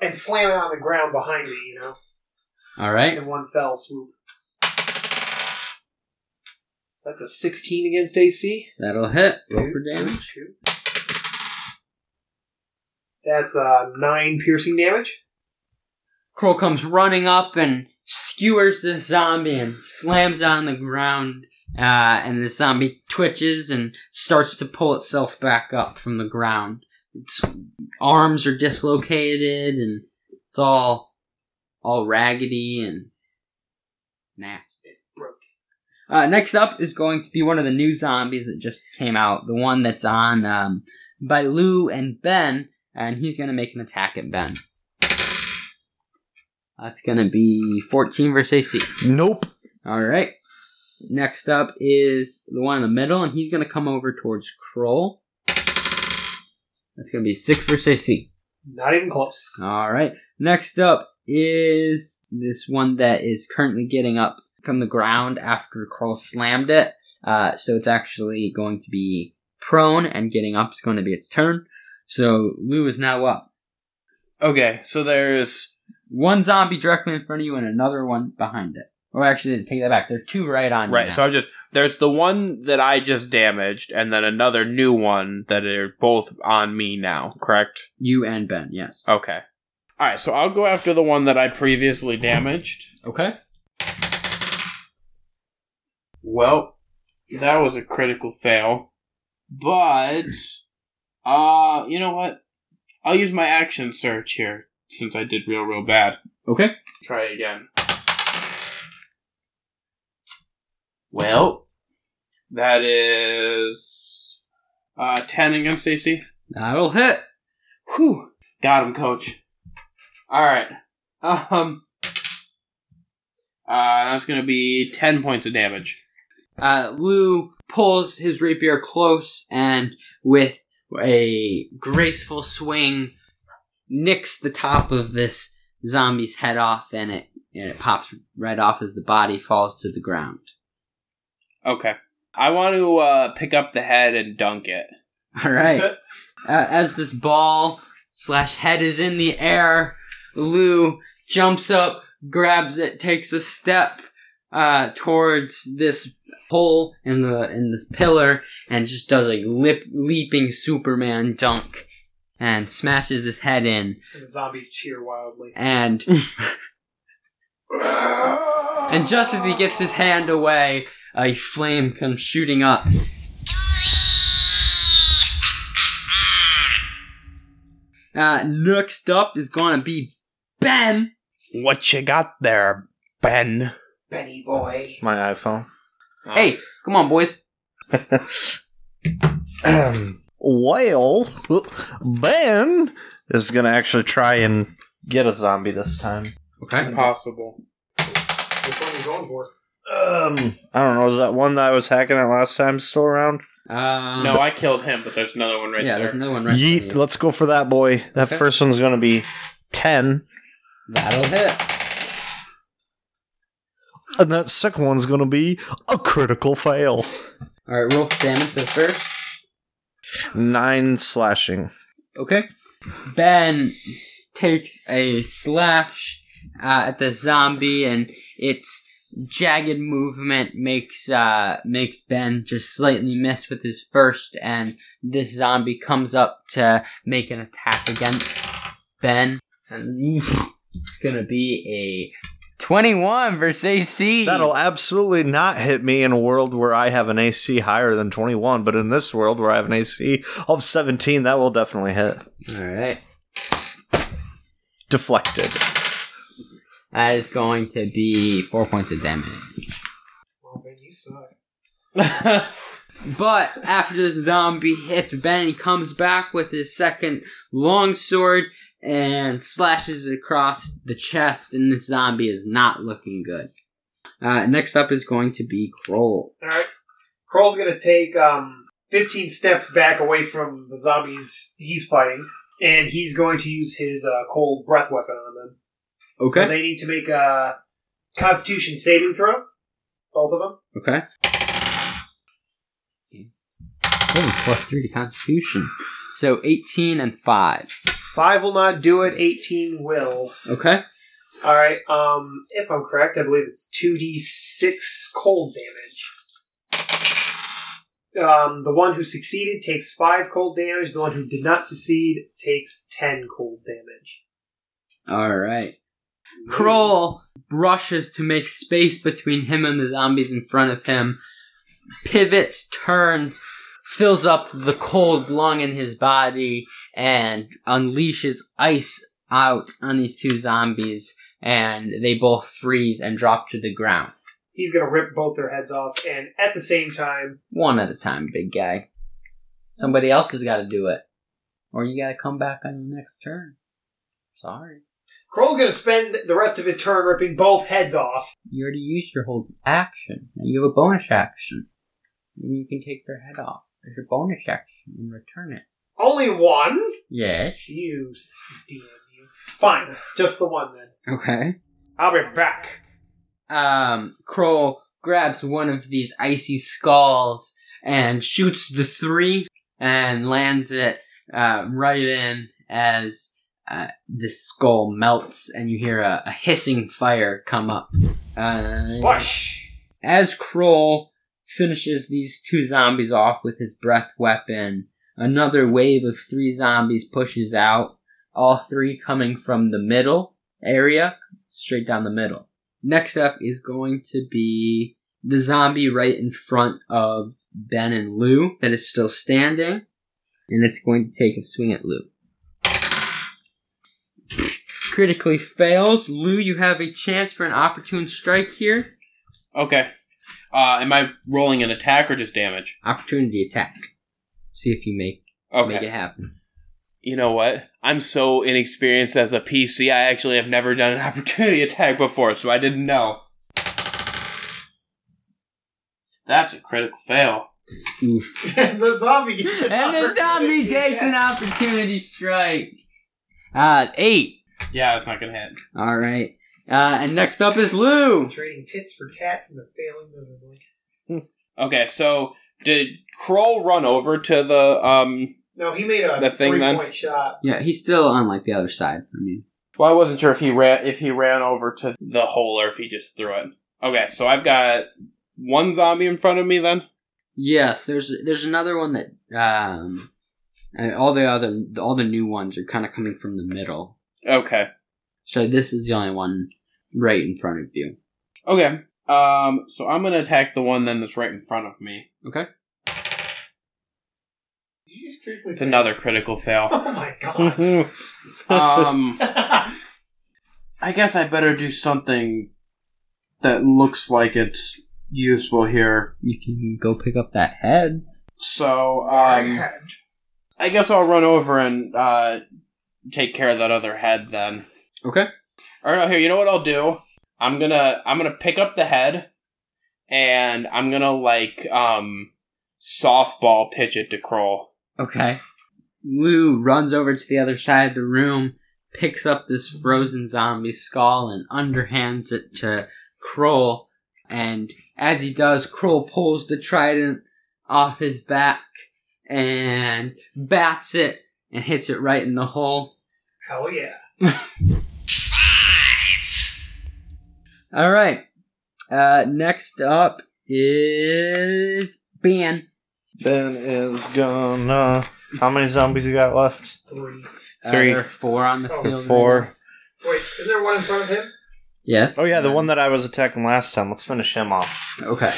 and slam it on the ground behind me. You know, All right. in one fell swoop. That's a 16 against AC. That'll hit. Roll for damage. That's uh, nine piercing damage. Kroll comes running up and skewers the zombie and slams it on the ground. Uh, and the zombie twitches and starts to pull itself back up from the ground. Its arms are dislocated and it's all all raggedy and nasty. Uh, next up is going to be one of the new zombies that just came out. The one that's on um, by Lou and Ben, and he's going to make an attack at Ben. That's gonna be 14 versus AC. Nope. Alright. Next up is the one in the middle, and he's gonna come over towards Kroll. That's gonna be 6 versus AC. Not even close. Alright. Next up is this one that is currently getting up from the ground after Kroll slammed it. Uh, so it's actually going to be prone, and getting up is going to be its turn. So Lou is now up. Okay, so there's one zombie directly in front of you and another one behind it. Or actually, take that back. There are two right on you. Right. now. So I'm just there's the one that I just damaged, and then another new one that are both on me now. Correct. You and Ben. Yes. Okay. All right. So I'll go after the one that I previously damaged. Okay. Well, that was a critical fail, but uh, you know what? I'll use my action search here since I did real real bad. Okay. Try again. Well, that is uh, ten against Stacy. That'll hit. Whew. Got him, coach. All right. [LAUGHS] Um. Uh, that's gonna be ten points of damage. Uh, Lou pulls his rapier close and, with a graceful swing, nicks the top of this zombie's head off, and it and it pops right off as the body falls to the ground. Okay. I want to uh, pick up the head and dunk it. [LAUGHS] All right. uh, as this ball slash head is in the air, Lou jumps up, grabs it, takes a step uh, towards this hole in the in this pillar, and just does a lip leaping Superman dunk, and smashes this head in, And the zombies cheer wildly. [CLEARS THROAT] and and just as he gets his hand away, a flame comes shooting up. Uh, next up is gonna be Ben. What you got there, Ben? Benny boy. My iPhone. Hey, come on, boys. well, Ben is going to actually try and get a zombie this time. Okay. Possible. Which one are you going for? Um, I don't know. Is that one that I was hacking at last time still around? Um, no, I killed him, but there's another one right yeah, there. there's another one right Yeet. Let's go for that boy. That Okay. first one's going to be 10. That'll hit. And that second one's going to be a critical fail. All right, roll for damage for the first. Nine slashing. Okay. Ben takes a slash uh, at the zombie, and its jagged movement makes uh, makes Ben just slightly miss with his first, and this zombie comes up to make an attack against Ben, and it's gonna be a twenty-one versus AC. That'll absolutely not hit me in a world where I have an AC higher than 21, but in this world where I have an AC of 17, that will definitely hit. All right. Deflected. That is going to be four points of damage. Well, Ben, you suck. [LAUGHS] But after this zombie hits Ben, he comes back with his second long sword and slashes it across the chest, and this zombie is not looking good. Uh, next up is going to be Kroll. All right. Kroll's going to take um, 15 steps back away from the zombies he's fighting, and he's going to use his uh, cold breath weapon on them. So they need to make a Constitution saving throw, both of them. Okay. Oh, plus three to Constitution. So 18 and 5. Five will not do it. 18 will. Okay. All right. Um, if I'm correct, I believe it's two d six cold damage. Um, the one who succeeded takes five cold damage. The one who did not succeed takes ten cold damage. All right. Kroll rushes to make space between him and the zombies in front of him, pivots, turns, fills up the cold lung in his body, and unleashes ice out on these two zombies, and they both freeze and drop to the ground. He's gonna rip both their heads off, and at the same time, One at a time, big guy. Somebody else has got to do it. Or you got to come back on your next turn. Sorry. Kroll's gonna spend the rest of his turn ripping both heads off. You already used your whole action. Now you have a bonus action. And you can take their head off. There's a bonus action and return it. Only one. Yes. You, s- damn you. Fine, just the one then. Okay. I'll be back. Um, Kroll grabs one of these icy skulls and shoots the three and lands it uh, right in as uh, this skull melts and you hear a, a hissing fire come up. Uh, As Kroll finishes these two zombies off with his breath weapon, another wave of three zombies pushes out, all three coming from the middle area, straight down the middle. Next up is going to be the zombie right in front of Ben and Lou that is still standing, and it's going to take a swing at Lou. Critically fails. Lou, you have a chance for an opportune strike here. Okay. Uh, am I rolling an attack or just damage? Opportunity attack. See if you make Okay. make it happen. You know what? I'm so inexperienced as a PC. I actually have never done an [LAUGHS] opportunity attack before, so I didn't know. That's a critical fail. and [LAUGHS] the zombie gets [LAUGHS] an And the [LAUGHS] zombie takes an opportunity strike. Uh, eight. Yeah, it's not gonna hit. All right. Uh, and next up is Lou. Trading tits for tats and the failing miserably. Okay, so did Kroll run over to the um? No, he made a The thing, three then? point shot. Yeah, he's still on like the other side from you. Well, I wasn't sure if he ran if he ran over to the hole or if he just threw it. Okay, so I've got one zombie in front of me then. Yes, there's there's another one that um, and all the other all the new ones are kind of coming from the middle. Okay. So this is the only one right in front of you. Okay. Um. So I'm gonna attack the one then that's right in front of me. Okay. It's another critical fail. [LAUGHS] Oh my [LAUGHS] god. um. I guess I better do something that looks like it's useful here. You can go pick up that head. So um. I guess I'll run over and uh, take care of that other head then. Okay. Or no, here, you know what I'll do? I'm gonna I'm gonna pick up the head and I'm gonna like um softball pitch it to Kroll. Okay. Lou runs over to the other side of the room, picks up this frozen zombie skull, and underhands it to Kroll. And as he does, Kroll pulls the trident off his back and bats it and hits it right in the hole. Hell yeah. All right. Uh, next up is Ben. Ben is gonna. How many zombies you got left? Three. Three. Uh, there are four on the Or field. Four. Wait, is there one in front of him? Yes. Oh yeah, the one that I was attacking last time. Let's finish him off. Okay.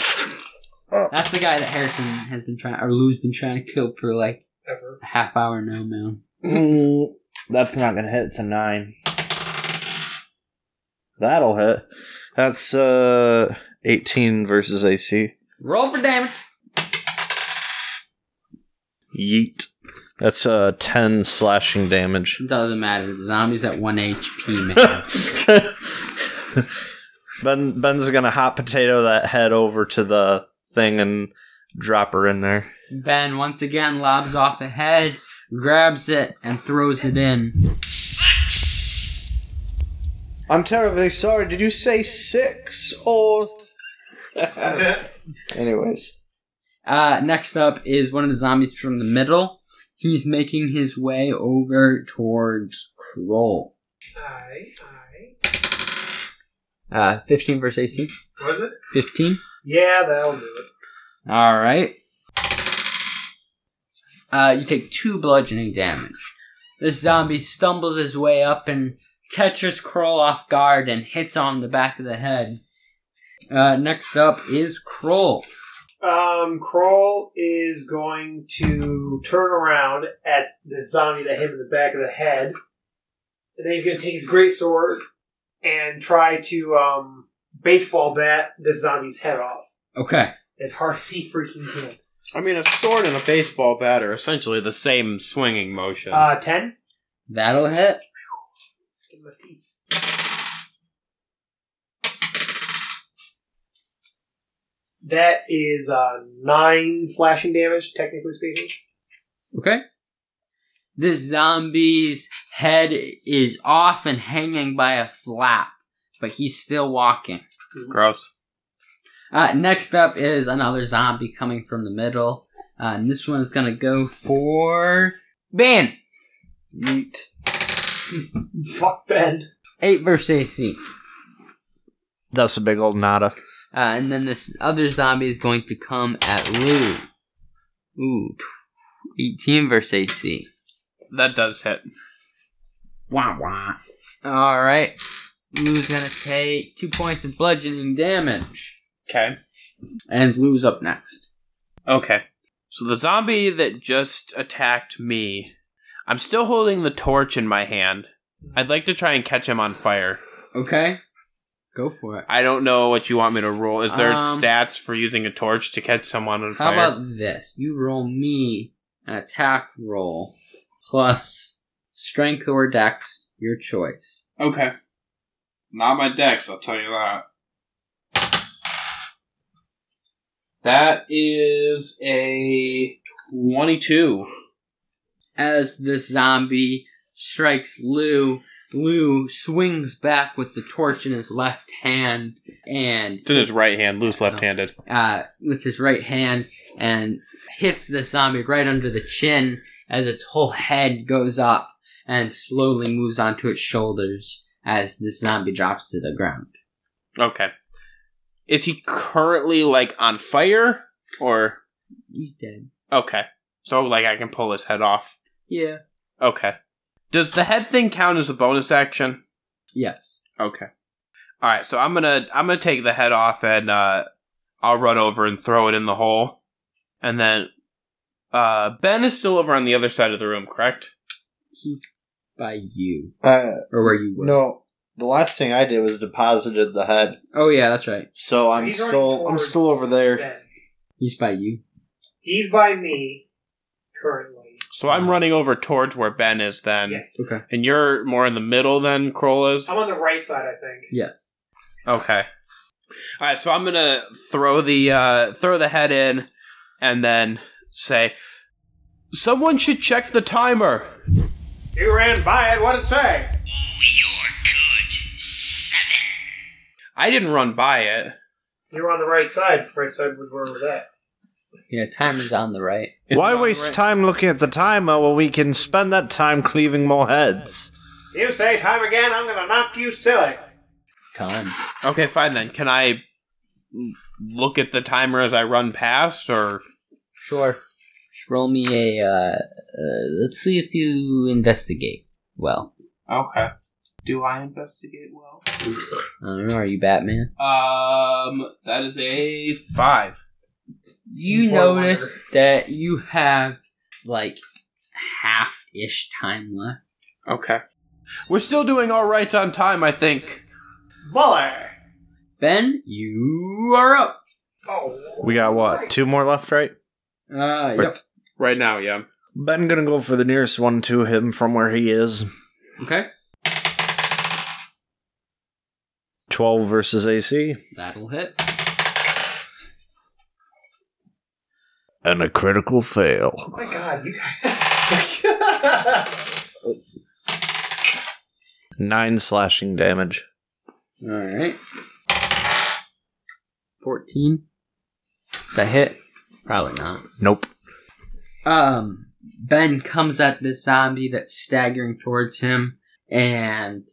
That's the guy that Harrison has been trying, or Lou's been trying to kill for like Ever. a half hour now, man. Mm, That's not gonna hit. It's a nine. That'll hit. That's uh eighteen versus AC. Roll for damage. Yeet. That's uh ten slashing damage. [LAUGHS] Doesn't matter. The zombie's at one HP, man. Ben Ben's gonna hot potato that head over to the thing and drop her in there. ben once again lobs off the head, grabs it, and throws it in. I'm terribly sorry. Did you say six or? Anyways, Uh, next up is one of the zombies from the middle. He's making his way over towards Kroll. Aye, aye. Uh, 15 versus 18. Was it? 15. Yeah, that'll do it. All right. Uh, you take two bludgeoning damage. This zombie stumbles his way up and catches Kroll off guard and hits on the back of the head. Uh, next up is Kroll. Um, Kroll is going to turn around at the zombie that hit him in the back of the head, and then he's going to take his great sword and try to um, baseball bat the zombie's head off Okay. as hard as he freaking can. I mean a sword and a baseball bat are essentially the same swinging motion. Uh, ten. That'll hit. Give him a teeth. That is uh, nine slashing damage, technically speaking. Okay. This zombie's head is off and hanging by a flap, but he's still walking. Gross. Uh, next up is another zombie coming from the middle. Uh, and this one is going to go for Ben. Neat. Fuck Ben. Eight versus AC. That's a big old nada. Uh, and then this other zombie is going to come at Lou. Ooh. 18 versus AC. That does hit. Wah wah. Alright. Lou's going to take two points of bludgeoning damage. Okay. And Lou's up next. Okay. So the zombie that just attacked me, I'm still holding the torch in my hand. I'd like to try and catch him on fire. Okay. Go for it. I don't know what you want me to roll. Is there Um, stats for using a torch to catch someone on How fire? about this? You roll me an attack roll plus strength or dex, your choice. okay. Not my dex, I'll tell you that. That is a 22. As this zombie strikes Lou, Lou swings back with the torch in his left hand and It's in his right hand, loose left handed. uh, with his right hand and hits the zombie right under the chin as its whole head goes up and slowly moves onto its shoulders as this zombie drops to the ground. Okay. Is he currently like on fire or He's dead. Okay. So like I can pull his head off. Yeah. Okay. Does the head thing count as a bonus action? Yes. Okay. All right, so I'm going to I'm going to take the head off and uh I'll run over and throw it in the hole. And then uh Ben is still over on the other side of the room, correct? He's by you. Uh, or where you were. No, the last thing I did was deposited the head. Oh yeah, that's right. So I'm he's running still I'm towards still over there. Ben. He's by you. He's by me currently. So I'm running over towards where Ben is then. Okay. And you're more in the middle than Kroll is? I'm on the right side, I think. Yes. Okay. All right, so I'm gonna throw the uh, throw the head in, and then say, "Someone should check the timer." You ran by it. What'd it say? Oh, I didn't run by it. You're on the right side. Right side would where we're at. Yeah, timer's on the right. Why waste time looking at the timer when we can spend that time cleaving more heads? You say time again, I'm gonna knock you silly. Time. Okay, fine then. Can I look at the timer as I run past, or Sure. Roll me a. Uh, uh, let's see if you investigate. Well, okay? Do I investigate well? I don't know. Are you Batman? Um, that is a five. You notice that you have like half ish time left. Okay. We're still doing all right on time, I think. Muller. Ben, you are up. Oh. We got what? Two more left, right? Uh, yep. Right now, yeah. Ben gonna go for the nearest one to him from where he is. Okay. Twelve versus AC. That'll hit. And a critical fail. Oh my god, you Nine slashing damage. Alright. 14. Is that hit? Probably not. Nope. Um, Ben comes at this zombie that's staggering towards him and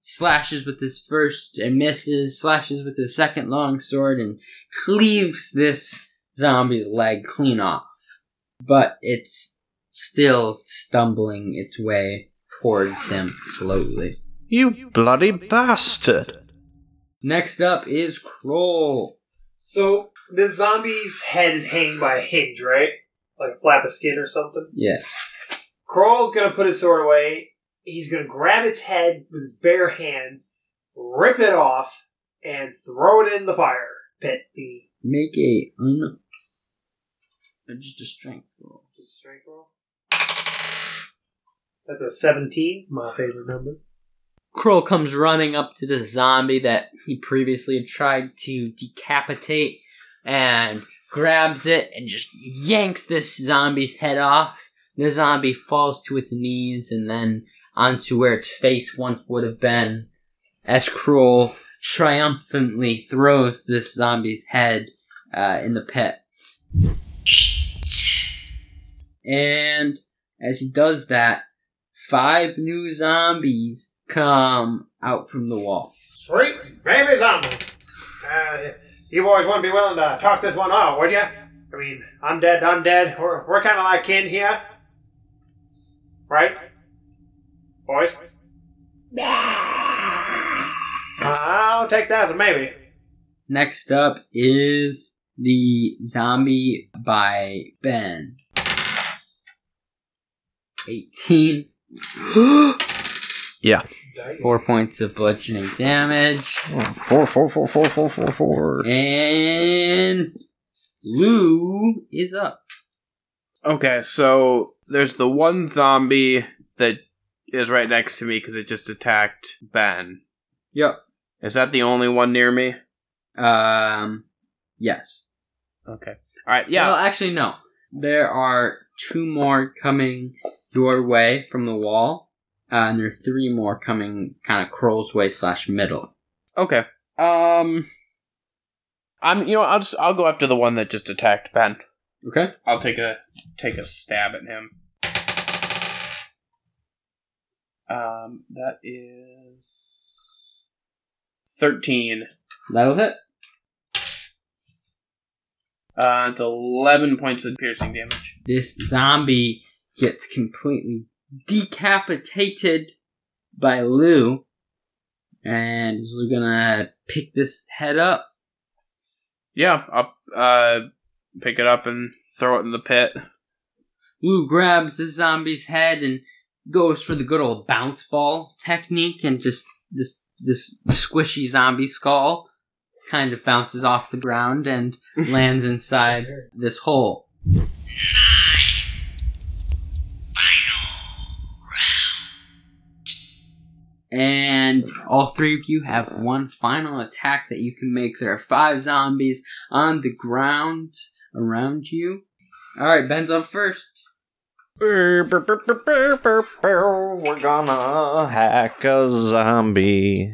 slashes with his first and misses, slashes with his second long sword and cleaves this zombie's leg clean off. But it's still stumbling its way towards him slowly. You bloody bastard! Next up is Kroll. [LAUGHS] So the zombie's head is hanging by a hinge, right? Like a flap of skin or something. Yes. Crawl's gonna put his sword away. He's gonna grab its head with his bare hands, rip it off, and throw it in the fire pit. The Make a un- uh, just a strength roll. Just strength roll. That's a seventeen, my favorite number. Kroll comes running up to the zombie that he previously had tried to decapitate and grabs it and just yanks this zombie's head off. The zombie falls to its knees and then onto where its face once would have been as Kroll triumphantly throws this zombie's head uh, in the pit. And As he does that, five new zombies come out from the wall. Sweet baby zombie. Uh, you boys wouldn't be willing to talk this one out, would you? I mean, I'm dead, I'm dead. We're, we're kind of like kin here. Right? Boys? Uh, I'll take that as a maybe. Next up is the zombie by Ben. 18. [GASPS] Yeah. Four points of bludgeoning damage. Four, four, four, four, four, four, four. And Lou is up. Okay, so there's the one zombie that is right next to me because it just attacked Ben. Yep. Is that the only one near me? Um, yes. Okay. All right. Yeah. Well, actually, no. There are two more coming your way from the wall, uh, and there are three more coming kind of Kroll's way slash middle. Okay. Um, I'm. You know, I'll just I'll go after the one that just attacked Ben. Okay. I'll take a take a stab at him. Um, that is thirteen. That'll hit. Uh, it's eleven points of piercing damage. This zombie gets completely decapitated by Lou, and is Lou gonna pick this head up? Yeah, I'll uh, pick it up and throw it in the pit. Lou grabs the zombie's head and goes for the good old bounce ball technique and just this this squishy zombie skull kind of bounces off the ground and lands inside this hole. And all three of you have one final attack that you can make. There are five zombies on the ground around you. Alright, Ben's up first. We're gonna hack a zombie.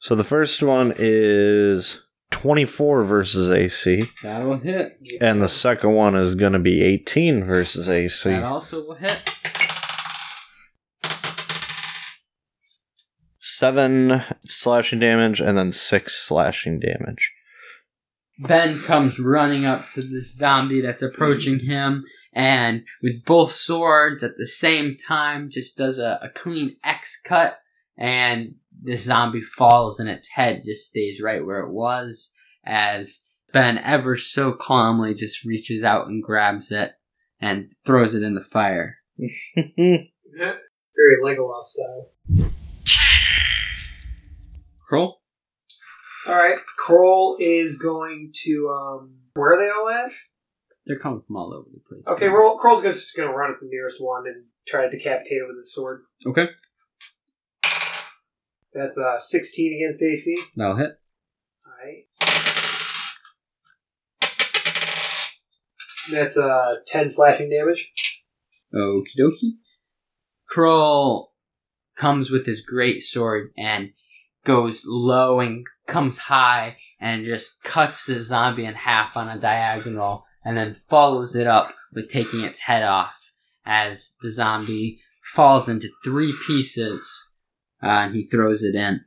So the first one is 24 versus AC, That will hit. and the second one is gonna be 18 versus That AC. also will hit. Seven slashing damage, and then six slashing damage. Ben comes running up to this zombie that's approaching him, and with both swords at the same time, just does a, a clean X cut, and the zombie falls, and its head just stays right where it was as Ben ever so calmly just reaches out and grabs it and throws it in the fire. Very Legolas style. Kroll? All right, Kroll is going to. um Where are they all at? They're coming from all over the place. Okay, Roll, Kroll's just going to run at the nearest one and try to decapitate him with his sword. Okay. That's uh, 16 against AC. That'll hit. All right. That's uh, 10 slashing damage. Okie dokie. Kroll comes with his great sword and goes low and comes high and just cuts the zombie in half on a diagonal and then follows it up with taking its head off as the zombie falls into three pieces uh, and he throws it in.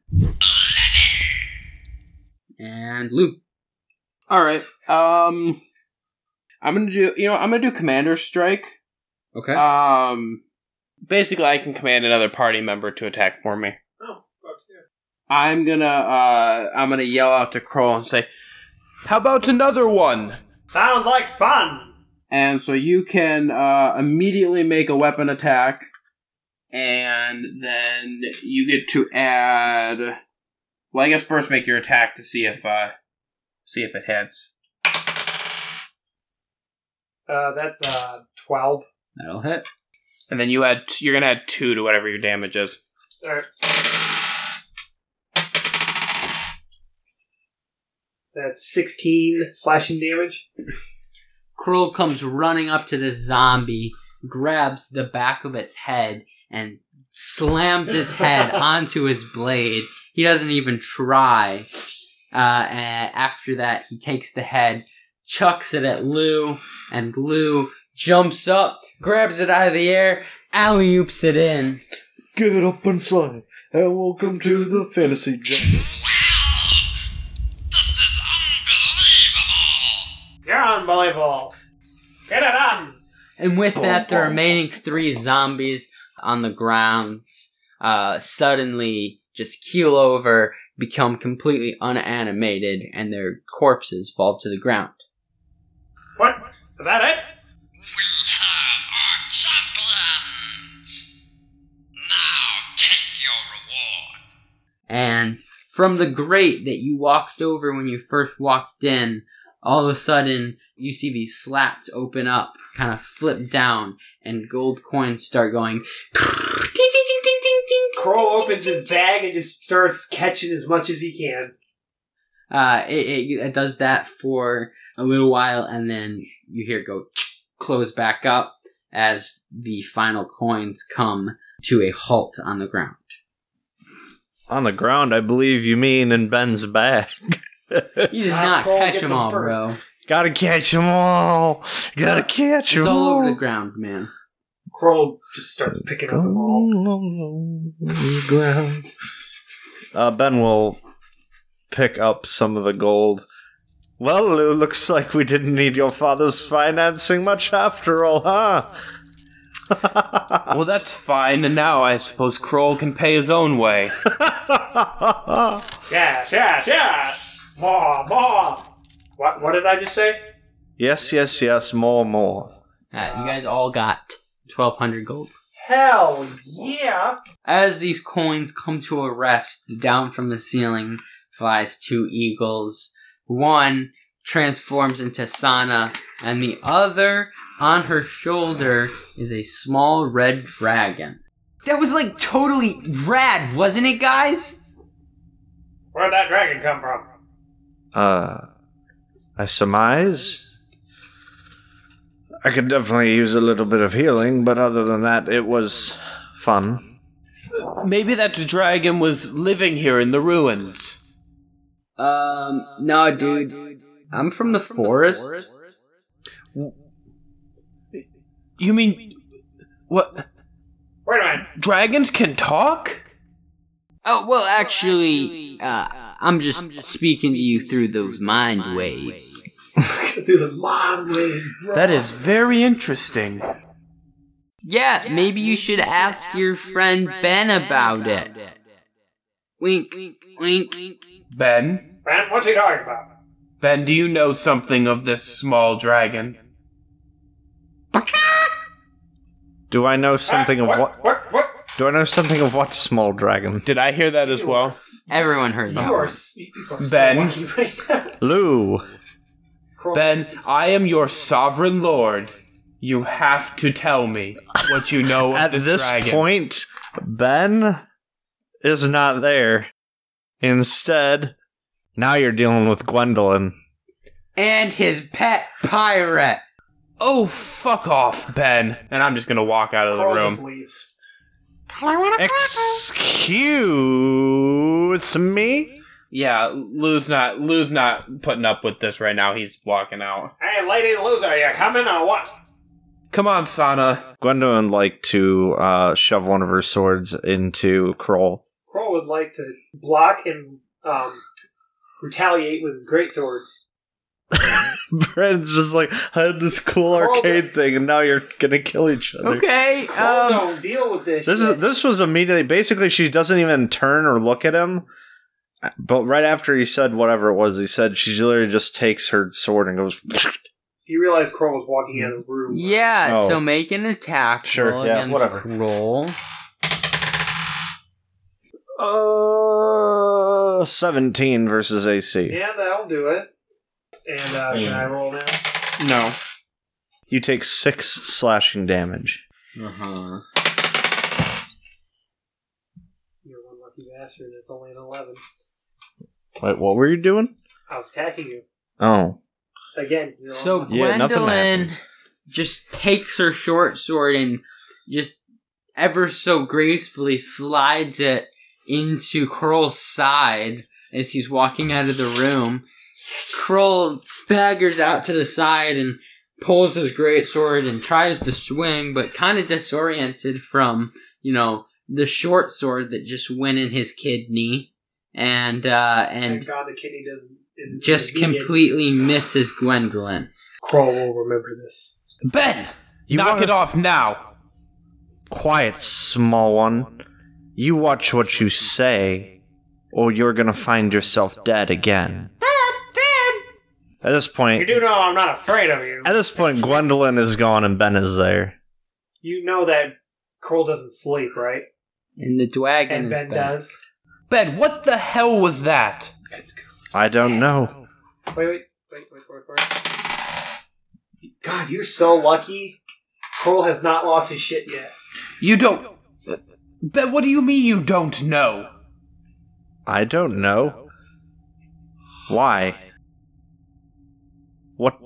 And Luke. All right. Um, I'm gonna do. You know, I'm gonna do commander strike. Okay. Um, basically, I can command another party member to attack for me. Oh, I'm gonna. Uh, I'm gonna yell out to Kroll and say, "How about another one?" Sounds like fun. And so you can uh, immediately make a weapon attack, and then you get to add. Well, I guess first make your attack to see if uh, see if it hits. Uh, that's uh, 12. That'll hit. And then you add. You're gonna add two to whatever your damage is. All right. That's 16 slashing damage. Kroll comes running up to this zombie, grabs the back of its head, and slams its head onto his blade. He doesn't even try. Uh, and after that, he takes the head, chucks it at Lou, and Lou jumps up, grabs it out of the air, alley oops it in. Get up and slide, and welcome to the fantasy jungle. You're unbelievable. Get it on. And with that, the remaining three zombies on the ground uh, suddenly just keel over, become completely unanimated, and their corpses fall to the ground. What? Is that it? And from the grate that you walked over when you first walked in, all of a sudden you see these slats open up, kind of flip down, and gold coins start going. [LAUGHS] Kroll opens his bag and just starts catching as much as he can. Uh, it, it, it does that for a little while, and then you hear it go close back up as the final coins come to a halt on [LAUGHS] the ground. On the ground, I believe you mean in Ben's [LAUGHS] bag. You did not Kroll catch gets them them all, first. bro. Gotta catch them all. Gotta catch It's them all all. over the ground, man. Kroll just starts picking up the ball. ground. Uh, ben will pick up some of the gold. Well, it looks like we didn't need your father's financing much after all, huh? [LAUGHS] well, that's fine. And now I suppose Kroll can pay his own way. Yes, yes, yes. More, more. What? What did I just say? Yes, yes, yes, more, more. Uh, you guys all got 1,200 gold. Hell yeah! As these coins come to a rest, down from the ceiling flies two eagles. One transforms into Sana, and the other, on her shoulder, is a small red dragon. That was like totally rad, wasn't it, guys? Where'd that dragon come from? Uh, I surmise. I could definitely use a little bit of healing, but other than that, it was fun. Maybe that dragon was living here in the ruins. Um, no, dude. I'm from the forest. You mean what? Wait a minute. Dragons can talk? Oh, well, actually, uh, I'm just speaking to you through those mind waves. [LAUGHS] Through the mom way. That is very interesting. Yeah, maybe you should ask your friend Ben about it. Wink, wink. Ben, Ben, what's he talking about? Ben, do you know something of this small dragon? Do I know something of what? Do I know something of what small dragon? Did I hear that as well? Everyone heard that. Ben. [LAUGHS] Lou. Ben, I am your sovereign lord. You have to tell me what you know of At this, this dragon. point, Ben is not there. Instead, now you're dealing with Gwendolyn. And his pet pirate. Oh, fuck off, Ben. And I'm just gonna walk out of the Kroll room. just leaves. Excuse me. Yeah, Lou's not Lou's not putting up with this right now. He's walking out. Hey, lady loser, you coming or what? Come on, Sana. Gwendolyn like to uh, shove one of her swords into Kroll. [LAUGHS] Kroll would like to block and um, retaliate with his greatsword. Brent's just like, I had this cool arcade thing, and now you're gonna kill each other. Okay, um, Kroll don't deal with this. This is this was immediately. Basically, she doesn't even turn or look at him. But right after he said whatever it was, he said she literally just takes her sword and goes. You realize Kroll was walking out of the room. Yeah, Oh. so make an attack. Sure, roll yeah, against whatever. Roll. Uh, seventeen versus AC. Yeah, that'll do it. And uh, can I roll now? No. You take six slashing damage. Uh huh. You're one lucky bastard. That's only an eleven. Wait, what were you doing? I was attacking you Oh, again. You're So one lucky. Yeah, nothing Gwendolyn just takes her short sword and just ever so gracefully slides it into Curl's side as he's walking out of the room. Kroll staggers out to the side and pulls his great sword and tries to swing, but kind of disoriented from you know the short sword that just went in his kidney, and uh, Thank and God the kidney doesn't isn't just convenient. completely misses Gwendolyn. Kroll will remember this. Ben, knock it off now. Quiet, small one. You watch what you say, or you're gonna find yourself dead again. Dad, Dad. At this You point, do know I'm not afraid of you. at this point, Gwendolyn is gone and Ben is there. You know that Kroll doesn't sleep, right? And the dragon And is Ben back. does. Ben, what the hell was that? I don't know. Wait, wait, wait, wait, wait, wait. God, you're so lucky. Kroll has not lost his shit yet. You don't. Ben, what do you mean you don't know? I don't know. Why? What?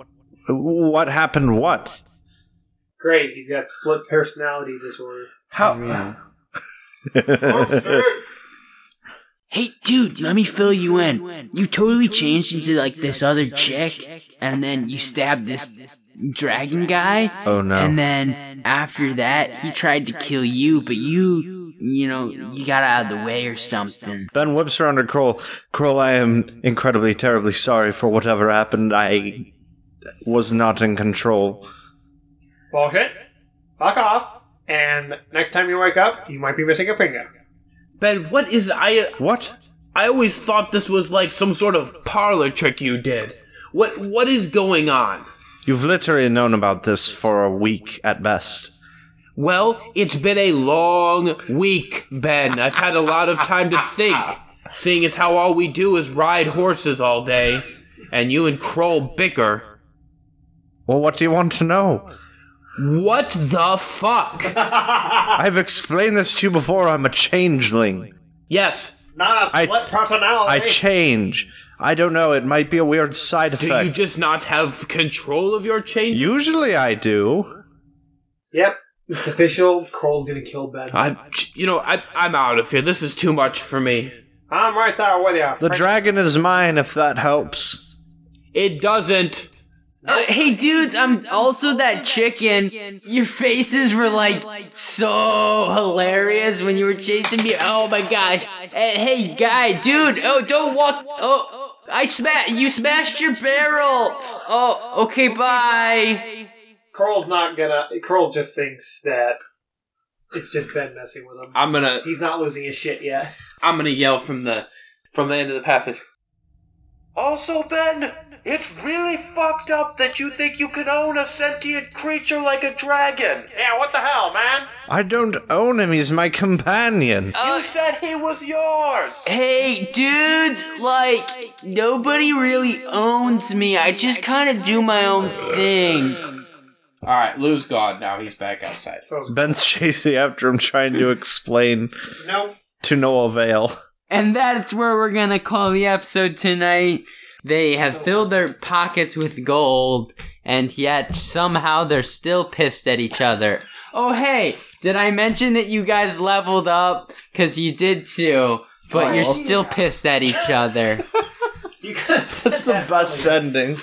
What happened? What? [LAUGHS] Great, he's got split personality [LAUGHS] disorder. How? Oh, Hey, dude, let me fill you in. You totally changed into like this other chick, and then you stabbed this dragon guy. Oh, no. And then after that, he tried to kill you, but you, you know, you got out of the way or something. Ben whips around to Kroll. Kroll, I am incredibly, terribly sorry for whatever happened. I was not in control. Bullshit. Fuck off. And next time you wake up, you might be missing a [LAUGHS] finger. Ben, what is I? What? I always thought this was like some sort of parlor trick you did. What? What is going on? You've literally known about this for a week at best. Well, it's been a long week, Ben. I've had a lot of time to think, seeing as how all we do is ride horses all day, and you and Kroll bicker. Well, what do you want to know? What the fuck? I've explained this to you before. I'm a changeling. Yes. Not a I- split personality. I change. I don't know. It might be a weird side Do you effect. just not have control of your change? Usually I do. Yep, it's official. Kroll's gonna kill Ben. I, you know, I, I'm out of here. This is too much for me. I'm right there with you. The dragon is mine, if that helps. It doesn't. Uh, hey, dudes, I'm also that chicken. Your faces were like so hilarious when you were chasing me. Oh my gosh. Hey, hey, guy, dude. Oh, don't walk. Oh, I smashed. You smashed your barrel. Oh, okay, bye. Kroll's not gonna. Kroll just thinks that it's just Ben messing with him. I'm gonna, He's not losing his shit yet. I'm gonna yell from the, from the end of the passage. Also, Ben, it's really fucked up that you think you can own a sentient creature like a dragon. Yeah, what the hell, man? I don't own him. He's my companion. Oh. you said he was yours. Hey, dudes, like, nobody really owns me. I just kind of do my own thing. All right, Lou's gone now. He's back outside. Ben's [LAUGHS] chasing after him, trying to explain Nope. to no avail. And that's where we're gonna call the episode tonight. They have filled their pockets with gold, and yet somehow they're still pissed at each other. Oh hey, did I mention that you guys leveled up? Cause you did too, but you're Oh. still pissed at each other. That's the best ending.